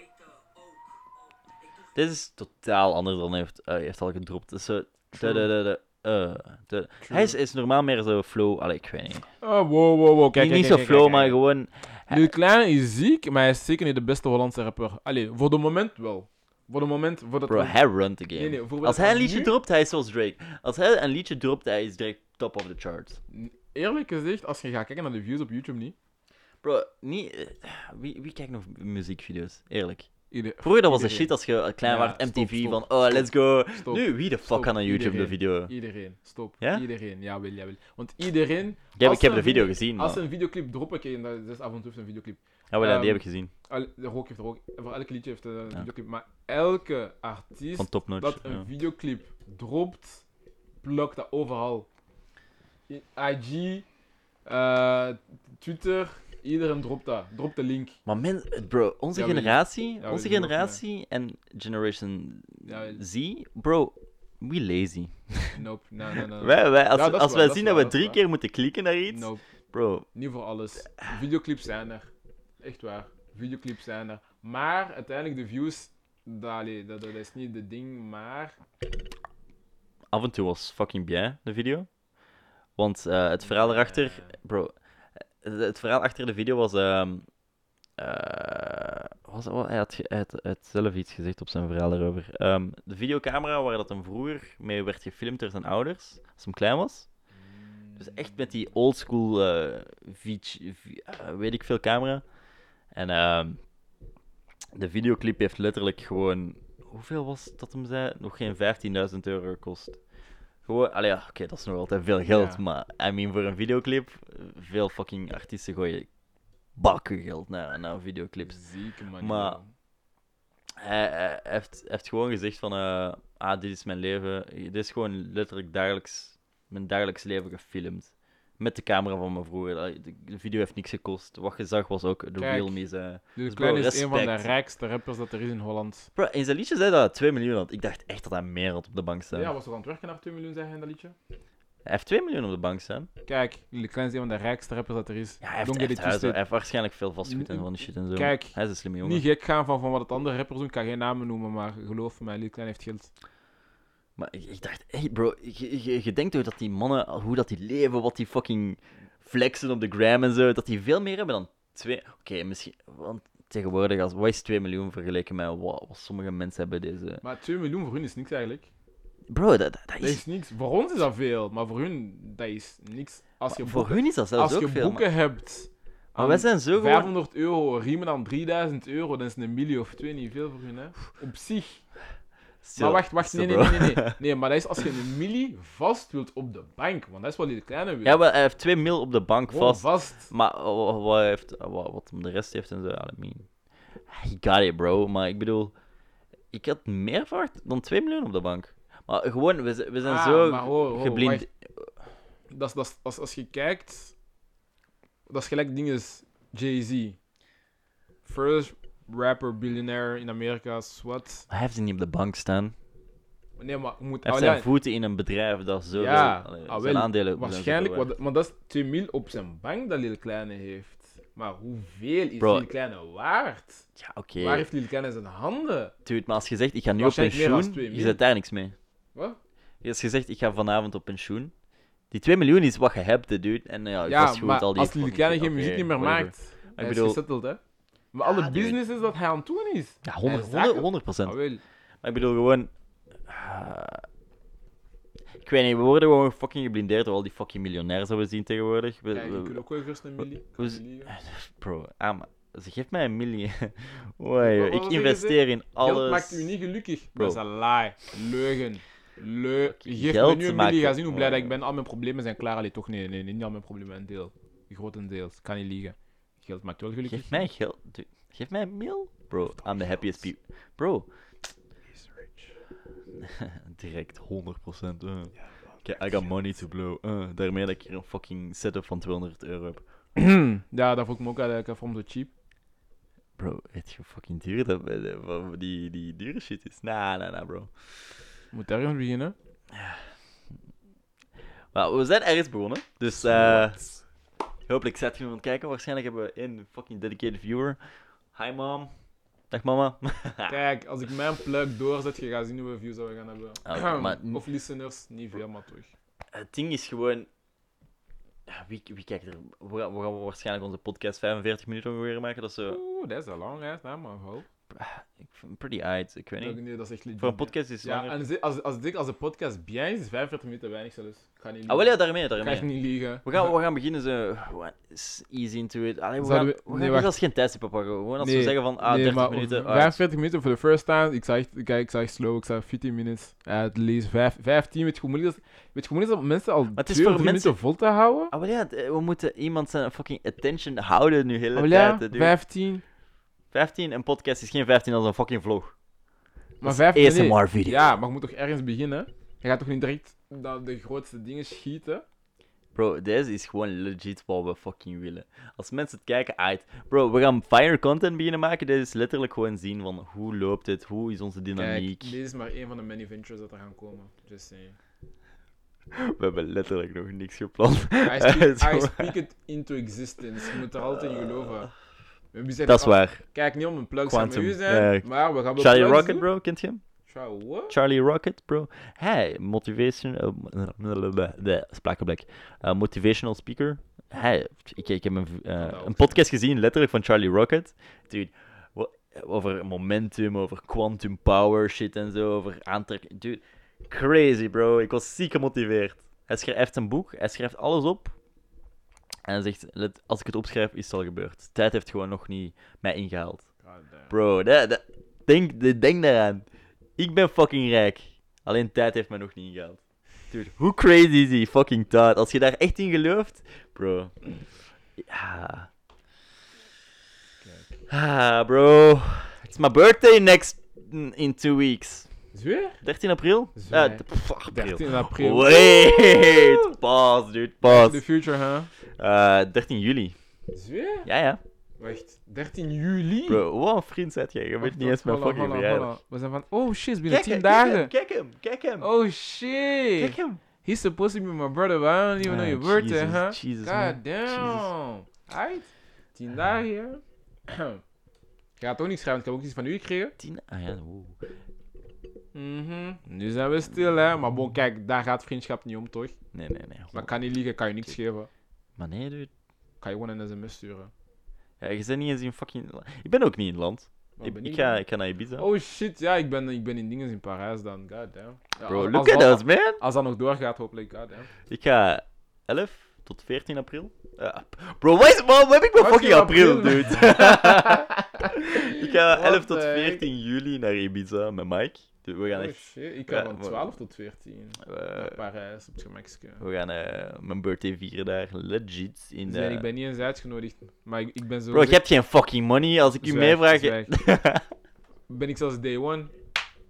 Speaker 2: Deze is totaal anders dan hij heeft, eh, hij heeft al gedropt. Het is zo.
Speaker 1: True.
Speaker 2: de- de- de- eh, de- Hij is, is normaal meer zo flow. Allee, ik weet niet.
Speaker 1: Oh, wow, wow, wow. Kijk,
Speaker 2: niet
Speaker 1: kijk,
Speaker 2: niet zo
Speaker 1: kijk,
Speaker 2: flow,
Speaker 1: kijk,
Speaker 2: maar
Speaker 1: kijk.
Speaker 2: gewoon.
Speaker 1: Lil Kleine is ziek, maar hij is zeker niet de beste Hollandse rapper. Allee, voor de moment wel. Voor de moment, voor dat
Speaker 2: Bro, hij runt the
Speaker 1: Nee, nee,
Speaker 2: game.
Speaker 1: bijvoorbeeld
Speaker 2: Als hij een liedje
Speaker 1: nu-
Speaker 2: dropt, hij is zoals Drake. Als hij een liedje dropt, hij is direct top of the charts.
Speaker 1: Eerlijk gezegd, als je gaat kijken naar de views op YouTube niet.
Speaker 2: Bro, niet. eh, Wie, wie kijkt nog muziekvideo's? Eerlijk.
Speaker 1: Ieder...
Speaker 2: Vroeger dat was de
Speaker 1: Iedereen.
Speaker 2: shit als je klein
Speaker 1: Ja,
Speaker 2: was,
Speaker 1: stop,
Speaker 2: MTV
Speaker 1: stop,
Speaker 2: van oh let's go.
Speaker 1: Stop.
Speaker 2: nu, wie de fuck
Speaker 1: stop,
Speaker 2: kan naar YouTube de
Speaker 1: iedereen.
Speaker 2: video?
Speaker 1: Iedereen, stop.
Speaker 2: Ja?
Speaker 1: Iedereen, jawel, jawel. Want iedereen.
Speaker 2: Ik heb,
Speaker 1: als
Speaker 2: ik
Speaker 1: ze
Speaker 2: heb de
Speaker 1: een
Speaker 2: video
Speaker 1: video-
Speaker 2: gezien.
Speaker 1: Als
Speaker 2: Man.
Speaker 1: ze een videoclip droppen, oké, en dat is dus af en toe heeft een videoclip.
Speaker 2: Ja, wel, ja, die
Speaker 1: ehm,
Speaker 2: heb ik gezien.
Speaker 1: Al- de Rook heeft er ook. Voor elk liedje heeft eh, een videoclip. Maar elke artiest
Speaker 2: Van topnotch.
Speaker 1: dat eh, een
Speaker 2: ja.
Speaker 1: videoclip dropt, blokt dat overal. I- IG, eh, Twitter, iedereen dropt dat. Dropt de link.
Speaker 2: Maar men, eh, bro, onze
Speaker 1: Ja, we-
Speaker 2: generatie,
Speaker 1: we
Speaker 2: onze
Speaker 1: doen nog
Speaker 2: generatie en Generation
Speaker 1: Ja, we-
Speaker 2: Z, bro, we lazy.
Speaker 1: Nope, Nou, nee, nee, nee.
Speaker 2: Wij, wij, als
Speaker 1: Ja, dat is
Speaker 2: als
Speaker 1: waar,
Speaker 2: wij
Speaker 1: dat
Speaker 2: zien
Speaker 1: is waar,
Speaker 2: dat we
Speaker 1: dat
Speaker 2: drie
Speaker 1: is
Speaker 2: keer moeten klikken naar iets,
Speaker 1: Nope,
Speaker 2: bro,
Speaker 1: niet voor alles. Videoclips zijn er. Echt waar. Videoclips zijn er. Maar uiteindelijk de views, dat, allee, dat, dat is niet de ding, maar...
Speaker 2: af en toe was fucking bien, de video. Want eh, het verhaal erachter, bro, eh, het verhaal achter de video was, ehm eh, was oh, hij, had, ge- hij had- hij had zelf iets gezegd op zijn verhaal daarover. Ehm, de videocamera waar dat hem vroeger mee werd gefilmd door zijn ouders, als hem klein was. Dus echt met die oldschool eh VH v- eh, weet ik veel camera. En ehm, de videoclip heeft letterlijk gewoon, hoeveel was dat hem zei? Nog geen 15.000 euro kost. Gewoon, allee, ja, oké, dat is nog altijd veel geld,
Speaker 1: Ja.
Speaker 2: maar I mean, voor een videoclip, eh, veel fucking artiesten gooien bakken geld naar, naar videoclips.
Speaker 1: Zieke man.
Speaker 2: Maar-
Speaker 1: joh.
Speaker 2: Hij, hij heeft, heeft gewoon gezegd van, eh, ah, dit is mijn leven. Dit is gewoon letterlijk dagelijks, mijn dagelijks leven gefilmd. Met de camera van mijn vroeger. Ah, De, de video heeft niks gekost. Wat je zag was ook de
Speaker 1: Kijk.
Speaker 2: real me zijn.
Speaker 1: Dus
Speaker 2: Dus
Speaker 1: Klein
Speaker 2: bro,
Speaker 1: is een van de
Speaker 2: respect.
Speaker 1: rijkste rappers dat er is in Holland.
Speaker 2: Bro, in zijn liedje zei dat hij 2 miljoen had. Ik dacht echt dat hij meer had op de bank staan.
Speaker 1: Ja, was toch aan het werken naar 2 miljoen, zei hij in dat liedje?
Speaker 2: Hij heeft 2 miljoen op de bank staan.
Speaker 1: Kijk, Lil Klein is een van de rijkste rappers dat er is.
Speaker 2: Ja, hij heeft,
Speaker 1: Don't
Speaker 2: hij
Speaker 1: get
Speaker 2: heeft
Speaker 1: it
Speaker 2: huizen.
Speaker 1: twisted.
Speaker 2: Hij heeft waarschijnlijk veel vastgoed en
Speaker 1: Mm,
Speaker 2: van die shit en zo.
Speaker 1: kijk,
Speaker 2: hij is een slimme jongen.
Speaker 1: Niet gek gaan van, van wat het andere rappers doen. Ik kan geen namen noemen, maar geloof me, Lil Klein heeft geld.
Speaker 2: Maar ik, ik dacht, hey bro, je, je, je denkt toch dat die mannen, hoe dat die leven, wat die fucking flexen op de gram en zo, dat die veel meer hebben dan twee. Oké, misschien, want tegenwoordig, als, wat is 2 miljoen vergeleken met wat, wat sommige mensen hebben deze.
Speaker 1: Maar 2 miljoen voor hun is niks eigenlijk.
Speaker 2: Bro, dat, dat, dat
Speaker 1: Dat
Speaker 2: is.
Speaker 1: is niks. Voor ons is dat veel, maar voor hun, dat is niks. Als je
Speaker 2: Voor
Speaker 1: boeken,
Speaker 2: hun is dat zelfs
Speaker 1: als je
Speaker 2: ook veel. Maar,
Speaker 1: boeken hebt,
Speaker 2: maar wij
Speaker 1: aan
Speaker 2: zijn zo gewoon.
Speaker 1: 500 euro, riemen aan 3000 euro, dan is een miljoen of twee niet veel voor hun, hè. Op zich.
Speaker 2: Stil,
Speaker 1: maar wacht, wacht,
Speaker 2: stil,
Speaker 1: nee, nee,
Speaker 2: bro.
Speaker 1: nee, nee, nee. Nee, maar dat is als je een milli vast wilt op de bank, want dat is wat die kleine wil.
Speaker 2: Ja, wel, hij heeft 2 mil op de bank
Speaker 1: Gewoon
Speaker 2: vast.
Speaker 1: vast.
Speaker 2: Maar wa- wa- hij heeft, wa- wat hem de rest heeft en zo, I don't mean. He got it, bro. Maar ik bedoel, ik had meer verwacht dan 2 miljoen op de bank. Maar gewoon, we, z- we zijn
Speaker 1: Ah,
Speaker 2: zo
Speaker 1: maar hoor, hoor,
Speaker 2: geblind.
Speaker 1: wacht. Dat is, dat is- als, als je kijkt, dat is gelijk dingen als Jay-Z. First rapper billionaire in Amerika, is wat?
Speaker 2: Hij heeft ze niet op de bank staan.
Speaker 1: Nee, maar Ah, je moet...
Speaker 2: Hij heeft
Speaker 1: Allee,
Speaker 2: zijn voeten in een bedrijf dat zo
Speaker 1: Oh, Ja,
Speaker 2: allee,
Speaker 1: ah,
Speaker 2: zijn
Speaker 1: wel,
Speaker 2: aandelen
Speaker 1: Waarschijnlijk,
Speaker 2: zijn zo
Speaker 1: want, maar dat is 2 mil op zijn bank dat Lil Kleine heeft. Maar hoeveel is
Speaker 2: Bro.
Speaker 1: Lil Kleine waard?
Speaker 2: waard. Ja, oké.
Speaker 1: Waar heeft Lil Kleine zijn handen?
Speaker 2: Dude, maar als je zegt, ik ga nu op
Speaker 1: Waarschijnlijk meer dan
Speaker 2: pensioen,
Speaker 1: twee
Speaker 2: je
Speaker 1: miljoen.
Speaker 2: zet daar niks mee.
Speaker 1: Wat?
Speaker 2: Als je zegt, ik ga vanavond op pensioen, die 2 miljoen is wat je hebt, hè, dude. En eh, ja,
Speaker 1: Ja,
Speaker 2: vastgoed,
Speaker 1: maar
Speaker 2: al die
Speaker 1: als Lil
Speaker 2: fucking
Speaker 1: Kleine
Speaker 2: shit,
Speaker 1: geen
Speaker 2: oké,
Speaker 1: muziek niet meer
Speaker 2: whatever.
Speaker 1: maakt, hij
Speaker 2: Ik
Speaker 1: is
Speaker 2: bedoel-
Speaker 1: gezetteld, hè? Maar
Speaker 2: Ja,
Speaker 1: alle
Speaker 2: dude.
Speaker 1: business is dat hij aan het doen is.
Speaker 2: Ja, 100,
Speaker 1: Hij is
Speaker 2: 100,
Speaker 1: daar-
Speaker 2: 100
Speaker 1: Ah, wel.
Speaker 2: Maar ik bedoel gewoon. ah, ik weet niet, we worden gewoon fucking geblindeerd door al die fucking miljonairs dat we zien tegenwoordig. We-
Speaker 1: Ja, je
Speaker 2: we-
Speaker 1: kunt ook wel gerust een milli.
Speaker 2: we z-
Speaker 1: milli, ja.
Speaker 2: Bro, ah, maar ze geeft mij een miljoen. Oei,
Speaker 1: Wat- wat
Speaker 2: ik
Speaker 1: wil je
Speaker 2: investeer in alles.
Speaker 1: Geld maakt u niet gelukkig.
Speaker 2: Bro.
Speaker 1: Dat is een lie. Leugen. Leu. Geef
Speaker 2: geld
Speaker 1: me nu een
Speaker 2: maakt-
Speaker 1: milli, ga zien hoe blij dat ik
Speaker 2: Oh.
Speaker 1: ben. Al mijn problemen zijn klaar. Allee, toch nee, nee, nee, niet al mijn problemen. Een deel. Grotendeels. Kan niet liegen. Geld maakt wel gelukkig.
Speaker 2: Geef mij geld. dude. Geef mij een mil. Bro, I'm the happiest people. Bro. Direct 100%. eh. Kijk, I got money to blow. eh. daarmee dat ik hier een fucking setup van 200 euro heb.
Speaker 1: ja, dat vond ik me ook eigenlijk eh, waarom zo cheap.
Speaker 2: Bro, weet je hoe fucking duur dat bij de- eh, van die, die dure shit is? Nah, nah, nah, bro.
Speaker 1: Moet ergens beginnen.
Speaker 2: Maar we zijn ergens begonnen, dus eh hopelijk zet je aan het kijken. Waarschijnlijk hebben we één fucking dedicated viewer. Hi mom. Dag mama.
Speaker 1: Kijk, als ik mijn plug doorzet, je gaat zien hoeveel views dat we gaan hebben.
Speaker 2: Ah, maar-
Speaker 1: Of listeners, niet veel, maar toch.
Speaker 2: Het ding is gewoon... ja, Wie, wie kijkt er... We gaan, we gaan waarschijnlijk onze podcast 45 minuten ongeveer maken, dat is zo...
Speaker 1: Oeh, dat is een lang hè, nou, maar wel.
Speaker 2: Ik vind het pretty uit, ik weet niet.
Speaker 1: Nee, dat is echt legit.
Speaker 2: Voor een podcast is het
Speaker 1: Ja,
Speaker 2: langer.
Speaker 1: en ze- als, als, ik denk, als de podcast bij is, is 45 minuten weinig zelfs. Ik ga niet liegen.
Speaker 2: Ah, wel ja, daarmee,
Speaker 1: ik ga echt
Speaker 2: daarmee.
Speaker 1: niet liegen.
Speaker 2: We gaan, we gaan beginnen zo what is easy into it. Allee, we, gaan,
Speaker 1: Zouden
Speaker 2: we,
Speaker 1: we-
Speaker 2: gaan
Speaker 1: nee,
Speaker 2: hier
Speaker 1: wacht.
Speaker 2: zelfs geen tijdstip op pakken. Gewoon als we
Speaker 1: Nee,
Speaker 2: zeggen van ah,
Speaker 1: nee,
Speaker 2: 30
Speaker 1: maar
Speaker 2: minuten. ah,
Speaker 1: 45 minuten voor de first time. Ik zag, echt- kijk, ik zag slow, ik zag 15 minutes. At least 5, 15. Weet je hoe moeilijk dat is? Weet je hoe moeilijk dat is om mensen al
Speaker 2: het is
Speaker 1: 2
Speaker 2: voor
Speaker 1: of 3
Speaker 2: mensen-
Speaker 1: minuten vol te houden?
Speaker 2: Ah, wel ja, d- we moeten iemand zijn fucking attention houden nu hele
Speaker 1: Oh
Speaker 2: tijd.
Speaker 1: ja,
Speaker 2: hè, dude.
Speaker 1: 15.
Speaker 2: 15, een podcast is geen 15 als een fucking vlog.
Speaker 1: Maar
Speaker 2: Dat is
Speaker 1: 15 nee.
Speaker 2: ASMR-video.
Speaker 1: Ja, maar je moet toch ergens beginnen? Je gaat toch niet direct naar de grootste dingen schieten?
Speaker 2: Bro, deze is gewoon legit wat we fucking willen. Als mensen het kijken, uit. Bro, we gaan fire content beginnen maken. Dit is letterlijk gewoon zien van hoe loopt het, hoe is onze dynamiek.
Speaker 1: Kijk, dit is maar één van de many ventures dat er gaan komen. Just saying.
Speaker 2: We hebben letterlijk nog niks gepland.
Speaker 1: I speak,
Speaker 2: Zo.
Speaker 1: I speak it into existence. Je moet er altijd in geloven. Wie zegt
Speaker 2: Dat is
Speaker 1: al-
Speaker 2: waar.
Speaker 1: Kijk, niet om een plug zijn
Speaker 2: Quantum,
Speaker 1: met u zijn,
Speaker 2: eh,
Speaker 1: maar we gaan wel
Speaker 2: Charlie
Speaker 1: plugs
Speaker 2: Rocket,
Speaker 1: doen.
Speaker 2: bro, kent je hem?
Speaker 1: Charlie what?
Speaker 2: Charlie Rocket, bro. Hij, motivation. eh, de sprakenblik. Eh, motivational speaker. Hij, ik, ik heb een, v- eh, een podcast gezien, letterlijk van Charlie Rocket. Dude, wa- over momentum, over quantum power shit en zo. Over aantrekken. Dude, crazy, bro. Ik was ziek gemotiveerd. Hij schrijft een boek, hij schrijft alles op. En hij zegt: let, Als ik het opschrijf, is het al gebeurd. Tijd heeft gewoon nog niet mij ingehaald.
Speaker 1: God damn.
Speaker 2: Bro, dat, dat- denk, de- denk daaraan. Ik ben fucking rijk. Alleen tijd heeft mij nog niet ingehaald. Dude, hoe crazy is die fucking tijd? Als je daar echt in gelooft, bro. Ja.
Speaker 1: Kijk.
Speaker 2: Ah, bro. It's my birthday next in two weeks.
Speaker 1: Zweer?
Speaker 2: 13 april?
Speaker 1: Zwaar.
Speaker 2: Eh, pff, april.
Speaker 1: 13 april.
Speaker 2: Wait, pause, dude,
Speaker 1: The
Speaker 2: pause.
Speaker 1: future, hè?
Speaker 2: Eh, 13 juli.
Speaker 1: Zweer?
Speaker 2: Ja, ja.
Speaker 1: Wacht, 13 juli?
Speaker 2: Bro, wat een vriend zet jij. Je weet
Speaker 1: Hm. Wacht,
Speaker 2: niet eens mijn
Speaker 1: wacht,
Speaker 2: fucking
Speaker 1: holla, holla,
Speaker 2: verjaardag.
Speaker 1: holla. We zijn van, oh shit, binnen
Speaker 2: Kijk
Speaker 1: 10
Speaker 2: hem,
Speaker 1: dagen.
Speaker 2: Kijk hem, kijk hem.
Speaker 1: Oh
Speaker 2: Kijk
Speaker 1: shit.
Speaker 2: hem.
Speaker 1: He's supposed to be my brother, but I don't even know
Speaker 2: Ah,
Speaker 1: your birthday,
Speaker 2: Jesus,
Speaker 1: huh?
Speaker 2: Jesus, man. Ah.
Speaker 1: God damn. Aight. 10 dagen, hè? Ik ga het ook niet schrijven, want ik heb ook iets van u gekregen.
Speaker 2: Tien... Ah ja, wow.
Speaker 1: Mhm. Nu zijn we stil, hè? Maar bon, kijk, daar gaat vriendschap niet om, toch?
Speaker 2: Nee, nee, nee.
Speaker 1: Maar ik kan niet liegen, kan je niks geven.
Speaker 2: Maar nee, dude.
Speaker 1: Kan je gewoon een sms sturen.
Speaker 2: Ja, je bent niet eens in fucking... la- Ik ben ook niet in het land.
Speaker 1: Maar
Speaker 2: Ik,
Speaker 1: Oh, ben
Speaker 2: ik,
Speaker 1: niet-
Speaker 2: ga, ik ga naar Ibiza.
Speaker 1: Oh shit, ja, ik ben, ik ben in dingen in Parijs dan. God damn. Ja,
Speaker 2: Bro,
Speaker 1: als-
Speaker 2: look
Speaker 1: als
Speaker 2: at
Speaker 1: dat-
Speaker 2: us, man.
Speaker 1: Als dat nog doorgaat, hopelijk. God damn.
Speaker 2: Ik ga 11 tot 14 april. Eh, ap- bro, waar, is, waar, waar heb ik mijn
Speaker 1: Waar is
Speaker 2: fucking
Speaker 1: je
Speaker 2: april,
Speaker 1: april,
Speaker 2: dude? ik ga
Speaker 1: What
Speaker 2: 11 tot
Speaker 1: the heck?
Speaker 2: 14 juli naar Ibiza met Mike. Dude, we gaan
Speaker 1: Oh
Speaker 2: echt...
Speaker 1: shit, ik
Speaker 2: Ja,
Speaker 1: kan van
Speaker 2: maar-
Speaker 1: 12 tot 14.
Speaker 2: eh,
Speaker 1: Naar Parijs, op het Gemexke.
Speaker 2: we gaan eh, mijn birthday vieren daar. Legit. In de...
Speaker 1: Nee, ik ben niet eens uitgenodigd, maar ik, ik ben zo...
Speaker 2: Bro, je hebt geen fucking money. Als ik u
Speaker 1: Zwijg,
Speaker 2: meevraag...
Speaker 1: zwijg. Ben ik zelfs day one?